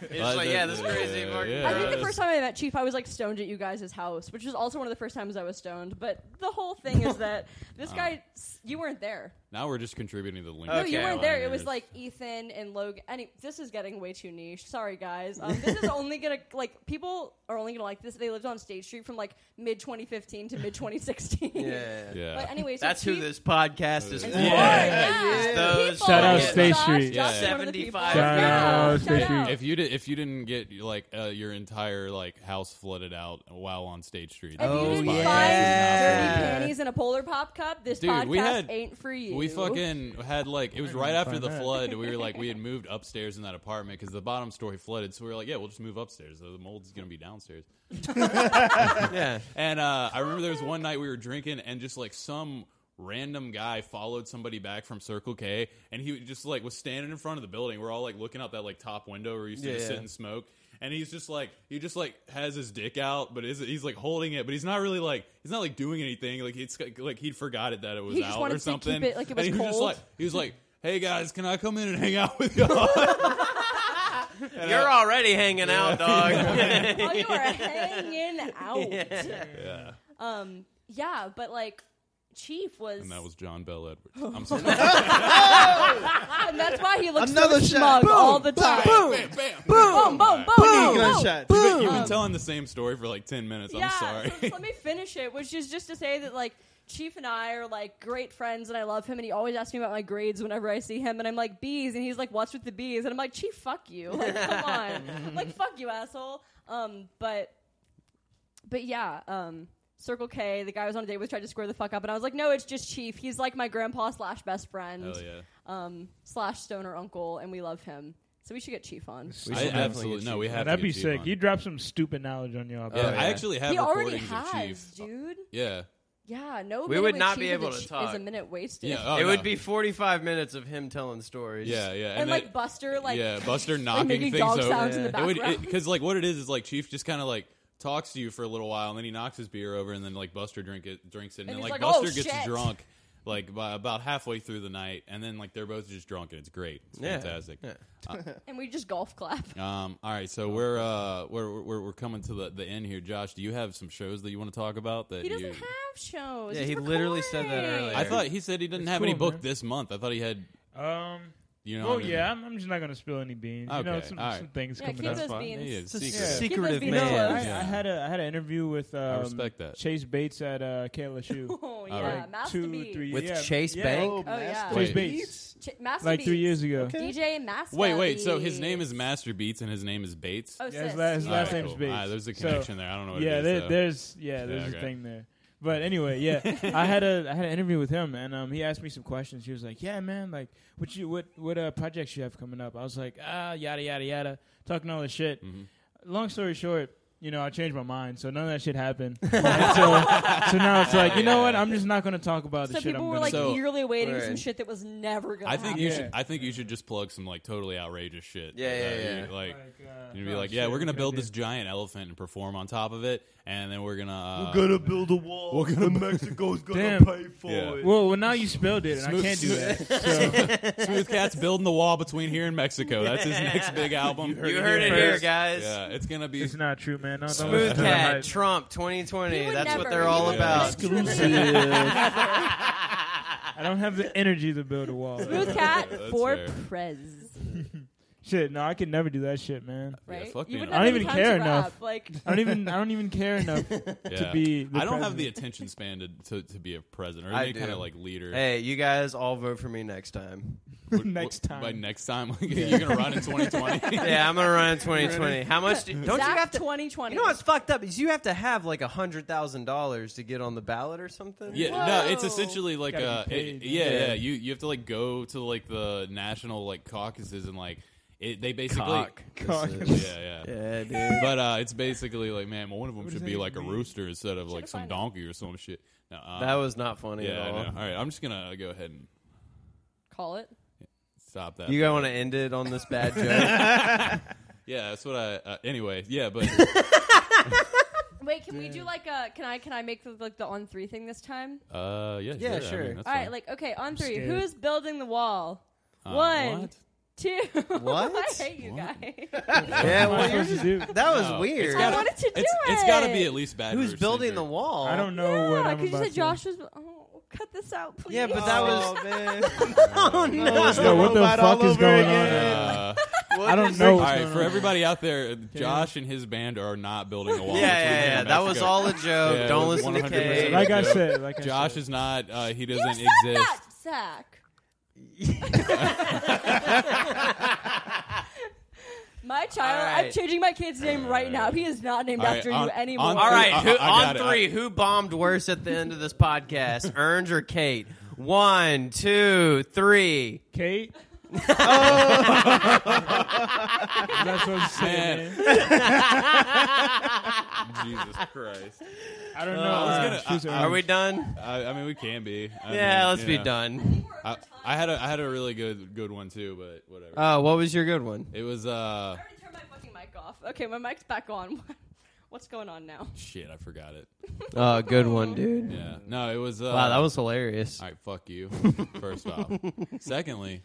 Speaker 2: It's
Speaker 1: But
Speaker 2: like,
Speaker 1: the-
Speaker 2: yeah, this crazy
Speaker 1: yeah,
Speaker 2: fucking
Speaker 1: yeah.
Speaker 4: I think the
Speaker 1: Yes.
Speaker 4: first time I met Chief, I was like stoned at you guys' house, which was also one of the first times I was stoned. But the whole thing is that
Speaker 2: Uh.
Speaker 4: this guy, s- you weren't there.
Speaker 1: Now we're just contributing to the link.
Speaker 4: No, you
Speaker 2: Okay,
Speaker 4: weren't there. It was
Speaker 1: liners.
Speaker 4: like Ethan and Logan. Any, this is getting way too niche. Sorry, guys. Um, this is only gonna like people are only gonna like this. They lived on State Street from like mid 2015 to mid 2016.
Speaker 2: Yeah.
Speaker 1: yeah.
Speaker 4: But anyway, so
Speaker 2: That's
Speaker 4: Chief,
Speaker 2: who this podcast is
Speaker 1: Yeah.
Speaker 2: for.
Speaker 4: Yeah.
Speaker 2: It's
Speaker 4: Yeah.
Speaker 2: those
Speaker 4: People
Speaker 3: Shout out
Speaker 2: fucking-
Speaker 3: State Street.
Speaker 1: Yeah.
Speaker 4: Josh is one of the people.
Speaker 2: 75.
Speaker 3: Shout
Speaker 4: Yeah,
Speaker 3: out State
Speaker 4: shout out.
Speaker 3: Street.
Speaker 1: if you did, if you didn't get like uh, your entire like house flooded out while on State Street,
Speaker 4: If
Speaker 2: Oh,
Speaker 4: you
Speaker 1: this
Speaker 4: didn't
Speaker 1: podcast
Speaker 2: yeah.
Speaker 1: is
Speaker 4: find
Speaker 1: not
Speaker 4: dirty
Speaker 1: for you.
Speaker 4: panties in a polar pop cup, this
Speaker 1: Dude,
Speaker 4: podcast
Speaker 1: we had-
Speaker 4: ain't for you.
Speaker 1: We fucking had like it was right
Speaker 6: didn't
Speaker 1: after
Speaker 6: find
Speaker 1: the
Speaker 6: that.
Speaker 1: flood. We were like we had moved upstairs in that apartment because the bottom story flooded. So we were like, yeah, we'll just move upstairs. The mold's gonna be downstairs.
Speaker 2: Yeah.
Speaker 1: And uh, I remember there was one night we were drinking, and just like some random guy followed somebody back from Circle K, and he just like was standing in front of the building. We're all like looking out that like top window where we used to
Speaker 2: Yeah,
Speaker 1: just
Speaker 2: yeah.
Speaker 1: sit and smoke. And he's just like he just like has his dick out, but is he's like holding it, but he's not really like he's not like doing anything. Like it's like he'd forgot it that it was
Speaker 4: He
Speaker 1: out
Speaker 4: just
Speaker 1: or
Speaker 4: wanted to keep
Speaker 1: something.
Speaker 4: it like it was
Speaker 1: and he was just
Speaker 4: cold.
Speaker 1: like he was like, "Hey guys, can I come in and hang out with y'all?"
Speaker 2: You're already hanging out, dog.
Speaker 4: oh, you are hanging out.
Speaker 1: yeah,
Speaker 4: Um, yeah, but like Chief was,
Speaker 1: and that was John Bell Edwards. I'm sorry.
Speaker 4: Ah, and that's why he looks
Speaker 5: Another
Speaker 4: so
Speaker 5: shot.
Speaker 4: smug
Speaker 5: Boom,
Speaker 4: all the time.
Speaker 1: Bam, bam,
Speaker 4: boom, boom, boom,
Speaker 6: Oh,
Speaker 4: boom,
Speaker 5: Gunshot.
Speaker 1: You've been
Speaker 4: Um,
Speaker 1: telling the same story for like 10 minutes.
Speaker 4: yeah,
Speaker 1: I'm
Speaker 4: so
Speaker 1: sorry.
Speaker 4: just let me finish it, which is just to say that like Chief and I are like great friends, and I love him, and he always asks me about my grades whenever I see him, and I'm like bees, and he's like, "What's with the bees?" And I'm like, "Chief, fuck you, like come on, like fuck you, asshole." Um, but but yeah, um. Circle K, the guy I was on a date with tried to square the fuck up, and I was like, "No, it's just Chief. He's like my grandpa slash best friend,
Speaker 1: Hell yeah.
Speaker 4: um, slash stoner uncle, and we love him. So we should get Chief on.
Speaker 2: We
Speaker 1: I
Speaker 2: should definitely
Speaker 1: absolutely
Speaker 2: get
Speaker 1: no.
Speaker 2: you
Speaker 1: We have
Speaker 3: that'd
Speaker 1: to
Speaker 3: be
Speaker 1: get Chief
Speaker 3: sick.
Speaker 1: on.
Speaker 3: You drop some stupid knowledge on y'all.
Speaker 1: yeah,
Speaker 2: Oh, yeah.
Speaker 1: Uh, I actually have
Speaker 4: he already
Speaker 1: recordings
Speaker 4: has,
Speaker 1: of Chief.
Speaker 4: dude.
Speaker 1: Yeah,
Speaker 4: Yeah, no.
Speaker 2: We
Speaker 4: minute
Speaker 2: would
Speaker 4: with
Speaker 2: not be
Speaker 4: Chief is a
Speaker 2: able to
Speaker 4: ch- Is a
Speaker 2: talk.
Speaker 4: minute wasted?
Speaker 1: yeah. oh,
Speaker 2: it
Speaker 1: no.
Speaker 2: would be 45 minutes of him telling stories.
Speaker 1: Yeah, yeah,
Speaker 4: and,
Speaker 1: then-
Speaker 4: like Buster, like
Speaker 1: yeah, Buster
Speaker 4: like
Speaker 1: knocking
Speaker 4: making
Speaker 1: things
Speaker 4: dog
Speaker 1: over.
Speaker 4: sounds in the
Speaker 1: It would-
Speaker 4: background.
Speaker 1: because like what it is is like Chief just kind of like talks to you for a little while, and then he knocks his beer over, and then like Buster drink it, drinks it, and,
Speaker 4: And
Speaker 1: then
Speaker 4: he's
Speaker 1: like,
Speaker 4: like, "Oh,
Speaker 1: Buster gets
Speaker 4: shit."
Speaker 1: drunk like by about halfway through the night, and then like they're both just drunk, and it's great. It's
Speaker 2: Yeah.
Speaker 1: fantastic.
Speaker 2: Yeah.
Speaker 4: and we just golf clap.
Speaker 1: Um, all right,
Speaker 3: Oh,
Speaker 1: so we're uh we're we're, we're coming to the, the end here, Josh. Do you have some shows that you want to talk about? That
Speaker 4: He doesn't
Speaker 1: you,
Speaker 4: have shows.
Speaker 2: Yeah,
Speaker 4: He's
Speaker 2: he literally said that
Speaker 4: recording.
Speaker 2: earlier.
Speaker 1: I thought he said he didn't
Speaker 3: It's
Speaker 1: have any
Speaker 3: cool,
Speaker 1: booked
Speaker 3: man.
Speaker 1: this month. I thought he had
Speaker 3: Um.
Speaker 1: you know.
Speaker 3: Well,
Speaker 1: I mean-
Speaker 3: yeah, I'm, I'm just not gonna spill any beans. You know,
Speaker 1: Okay,
Speaker 3: some,
Speaker 1: all right.
Speaker 3: some things
Speaker 4: Yeah,
Speaker 3: coming
Speaker 4: keep
Speaker 3: up.
Speaker 1: That's
Speaker 4: those
Speaker 1: fine.
Speaker 4: beans.
Speaker 1: He is
Speaker 2: It's a
Speaker 1: secret.
Speaker 3: Yeah.
Speaker 2: secretive
Speaker 4: Keep those
Speaker 3: No,
Speaker 4: beans
Speaker 2: man.
Speaker 4: close.
Speaker 3: I, I had a I had an interview with um,
Speaker 1: respect that.
Speaker 3: Chase Bates at uh, KLSU.
Speaker 4: Oh yeah,
Speaker 1: All right.
Speaker 4: Master
Speaker 3: two,
Speaker 4: Beat.
Speaker 3: three
Speaker 2: With
Speaker 3: yeah,
Speaker 2: Chase
Speaker 3: yeah,
Speaker 2: Bank?
Speaker 4: Oh, yeah.
Speaker 1: Wait.
Speaker 6: Chase Bates.
Speaker 4: Ch- Master
Speaker 3: like three
Speaker 4: Beats.
Speaker 3: years ago.
Speaker 4: DJ Master.
Speaker 1: Wait, wait. So his
Speaker 4: Beat.
Speaker 1: name is Master Beats and his name is Bates.
Speaker 4: Oh,
Speaker 3: Yeah, his
Speaker 4: sis.
Speaker 3: last- his
Speaker 1: All
Speaker 3: last
Speaker 1: right,
Speaker 3: name's
Speaker 1: cool.
Speaker 3: Bates.
Speaker 1: All right, there's a
Speaker 3: So-
Speaker 1: connection there. I don't know what it
Speaker 3: yeah,
Speaker 1: is.
Speaker 3: there,
Speaker 1: though.
Speaker 3: there's yeah, there's
Speaker 1: okay.
Speaker 3: a thing there. But anyway, yeah, I had a I had an interview with him, and um, he asked me some questions. He was like, "Yeah, man, like, what you what what uh, projects you have coming up?" I was like, "Ah, yada yada yada," talking all this shit.
Speaker 1: Mm-hmm.
Speaker 3: Long story short, you know, I changed my mind, so none of that shit happened. And so, so now it's like, you know what? I'm just not going to talk about
Speaker 4: So
Speaker 3: the shit.
Speaker 4: people
Speaker 3: I'm
Speaker 4: were
Speaker 3: gonna
Speaker 4: like
Speaker 1: So-
Speaker 4: eagerly waiting for some
Speaker 2: Right.
Speaker 4: shit that was never gonna.
Speaker 1: I think
Speaker 4: happen.
Speaker 1: you
Speaker 3: Yeah.
Speaker 1: should. I think you should just plug some like totally outrageous shit.
Speaker 2: Yeah, yeah,
Speaker 1: Uh,
Speaker 2: yeah.
Speaker 1: you- like.
Speaker 3: uh,
Speaker 1: You'd be
Speaker 3: oh,
Speaker 1: like, yeah,
Speaker 3: shit,
Speaker 1: we're gonna
Speaker 3: good
Speaker 1: build
Speaker 3: idea.
Speaker 1: this giant elephant and perform on top of it, and then we're gonna. Uh,
Speaker 5: gonna build a wall.
Speaker 1: We're gonna-
Speaker 5: and Mexico's gonna
Speaker 3: Damn.
Speaker 5: pay for
Speaker 1: Yeah.
Speaker 3: Well, well, now you spelled it, and I
Speaker 1: Smooth-
Speaker 3: can't do that.
Speaker 1: smooth- Smooth Cat's building the wall between here and Mexico. That's his next big album.
Speaker 2: You heard it here,
Speaker 3: first.
Speaker 2: guys.
Speaker 1: Yeah, it's gonna be.
Speaker 3: It's not true, man. No, no,
Speaker 2: Smooth
Speaker 3: it's not
Speaker 2: Cat,
Speaker 3: right.
Speaker 2: Trump,
Speaker 4: He
Speaker 2: 2020.
Speaker 4: would
Speaker 2: That's
Speaker 4: never.
Speaker 2: what they're all
Speaker 1: Yeah.
Speaker 2: about.
Speaker 3: Exclusive. I don't have the energy to build a wall.
Speaker 4: Smooth Cat
Speaker 1: That's
Speaker 4: for
Speaker 1: fair.
Speaker 4: Prez.
Speaker 3: Shit, no, I could never do that shit, man.
Speaker 1: Yeah,
Speaker 4: right?
Speaker 1: fuck
Speaker 4: you
Speaker 1: being an
Speaker 4: wouldn't have
Speaker 3: I don't
Speaker 4: any
Speaker 3: even
Speaker 4: time to
Speaker 3: care
Speaker 4: rap.
Speaker 3: enough.
Speaker 4: Like,
Speaker 3: I don't even I don't even care enough
Speaker 1: Yeah.
Speaker 3: to be. The
Speaker 1: I don't have the
Speaker 3: president.
Speaker 1: attention span to, to, to be a president or
Speaker 2: I
Speaker 1: any
Speaker 2: do.
Speaker 1: kind of like leader.
Speaker 2: Hey, you guys all vote for me next time.
Speaker 1: What-
Speaker 3: next
Speaker 1: what-
Speaker 3: time.
Speaker 1: By next time, like, you're gonna run in 2020.
Speaker 2: yeah, I'm gonna run in 2020. How much? Do, don't
Speaker 4: Zach
Speaker 2: you have to?
Speaker 4: 2020.
Speaker 2: You know what's fucked up is you have to have like a hundred thousand dollars to get on the ballot or something.
Speaker 1: Yeah, no, it's
Speaker 4: Whoa.
Speaker 1: essentially like
Speaker 3: Gotta
Speaker 1: uh,
Speaker 3: be paid,
Speaker 1: it-
Speaker 3: man.
Speaker 1: yeah,
Speaker 2: Yeah.
Speaker 1: yeah, You you have to like go to like the national like caucuses and like it, they basically
Speaker 2: cock.
Speaker 3: Cock.
Speaker 2: This
Speaker 1: yeah
Speaker 2: is-
Speaker 1: yeah.
Speaker 2: Yeah, dude.
Speaker 1: But uh, it's basically like man, one of them
Speaker 3: What does
Speaker 1: should
Speaker 3: that
Speaker 1: be
Speaker 3: even
Speaker 1: like a
Speaker 3: mean?
Speaker 1: rooster instead of like
Speaker 4: Should've
Speaker 1: some
Speaker 4: found
Speaker 1: donkey or some shit. No, uh,
Speaker 2: That was not funny
Speaker 1: yeah.
Speaker 2: at
Speaker 1: I
Speaker 2: all.
Speaker 1: know. All right, I'm just gonna go ahead and
Speaker 4: Call it.
Speaker 1: stop that.
Speaker 2: You guys want to end it on this bad joke?
Speaker 1: yeah, that's what I. Uh, anyway, yeah, but
Speaker 4: Wait, can we do like a? Can I? Can I make the, like the on three thing this time?
Speaker 1: uh, yeah,
Speaker 2: Yeah,
Speaker 1: sure. I
Speaker 2: sure.
Speaker 1: mean, that's
Speaker 4: All right,
Speaker 1: fine.
Speaker 4: like okay, on three.
Speaker 3: scared.
Speaker 4: Who's building the wall?
Speaker 1: Uh,
Speaker 4: one.
Speaker 1: what?
Speaker 4: Two.
Speaker 2: What?
Speaker 4: I hate you
Speaker 1: What?
Speaker 4: guys.
Speaker 2: yeah,
Speaker 3: What am I
Speaker 2: well,
Speaker 3: supposed to do?
Speaker 2: that was
Speaker 1: No, it's
Speaker 2: weird.
Speaker 4: I wanted to do
Speaker 1: It's
Speaker 4: it.
Speaker 1: it's got to be at least bad.
Speaker 2: Who's
Speaker 1: Rouge
Speaker 2: building
Speaker 1: centered.
Speaker 2: the wall?
Speaker 3: I don't know what
Speaker 4: yeah,
Speaker 3: I'm
Speaker 4: because you
Speaker 3: about
Speaker 4: said
Speaker 3: to-
Speaker 4: Josh was. Oh, cut this out, please.
Speaker 2: Yeah,
Speaker 1: Oh.
Speaker 2: but that was.
Speaker 6: man.
Speaker 2: Oh no!
Speaker 3: Yo, what the
Speaker 6: Robot all
Speaker 3: fuck is
Speaker 6: over
Speaker 3: going
Speaker 6: again.
Speaker 3: on?
Speaker 1: Uh,
Speaker 3: I don't
Speaker 1: All
Speaker 3: know. what's
Speaker 1: right,
Speaker 3: going
Speaker 1: for
Speaker 3: on.
Speaker 1: everybody out there, Josh and his band are not building a wall.
Speaker 2: Yeah,
Speaker 1: between
Speaker 2: yeah,
Speaker 1: them.
Speaker 2: yeah.
Speaker 1: That's
Speaker 2: That was
Speaker 1: good.
Speaker 2: all a joke.
Speaker 1: Yeah, it
Speaker 2: don't
Speaker 1: was
Speaker 2: listen to
Speaker 1: 100%
Speaker 2: Kay.
Speaker 3: Like I
Speaker 1: Yeah.
Speaker 3: said, like I
Speaker 1: Josh
Speaker 3: said.
Speaker 1: is not. Uh, he
Speaker 4: you
Speaker 1: doesn't
Speaker 4: said
Speaker 1: exist.
Speaker 4: that, Zach. my child.
Speaker 2: All
Speaker 4: I'm
Speaker 2: right.
Speaker 4: changing my kid's name right now. He is not named
Speaker 1: All right,
Speaker 4: after
Speaker 1: on-
Speaker 4: you anymore.
Speaker 1: on
Speaker 2: All right,
Speaker 1: I-
Speaker 2: who,
Speaker 1: I- I
Speaker 2: on
Speaker 1: got it.
Speaker 2: three, who bombed worse at the end of this podcast, Ernst or Kate? One, two, three.
Speaker 3: Kate. That's what I'm saying.
Speaker 1: Man.
Speaker 3: man.
Speaker 1: Jesus Christ.
Speaker 3: I don't know.
Speaker 1: I was
Speaker 3: Uh,
Speaker 1: gonna-
Speaker 3: she's
Speaker 1: I-
Speaker 2: Are we
Speaker 3: orange.
Speaker 2: done?
Speaker 1: I, I mean, we can be. I
Speaker 2: Yeah,
Speaker 1: mean,
Speaker 2: let's
Speaker 1: you
Speaker 2: be
Speaker 1: know.
Speaker 2: done.
Speaker 1: I, I had a I had a really good good one too, but whatever.
Speaker 2: Uh, what was your good one?
Speaker 1: it was uh
Speaker 4: I already turned my fucking mic off. Okay, my mic's back on. What's going on now?
Speaker 1: shit. I forgot it.
Speaker 2: Uh, good one, dude.
Speaker 1: Yeah. No, it was. Uh,
Speaker 2: Wow, that was hilarious.
Speaker 1: All right, fuck you. First off. Secondly,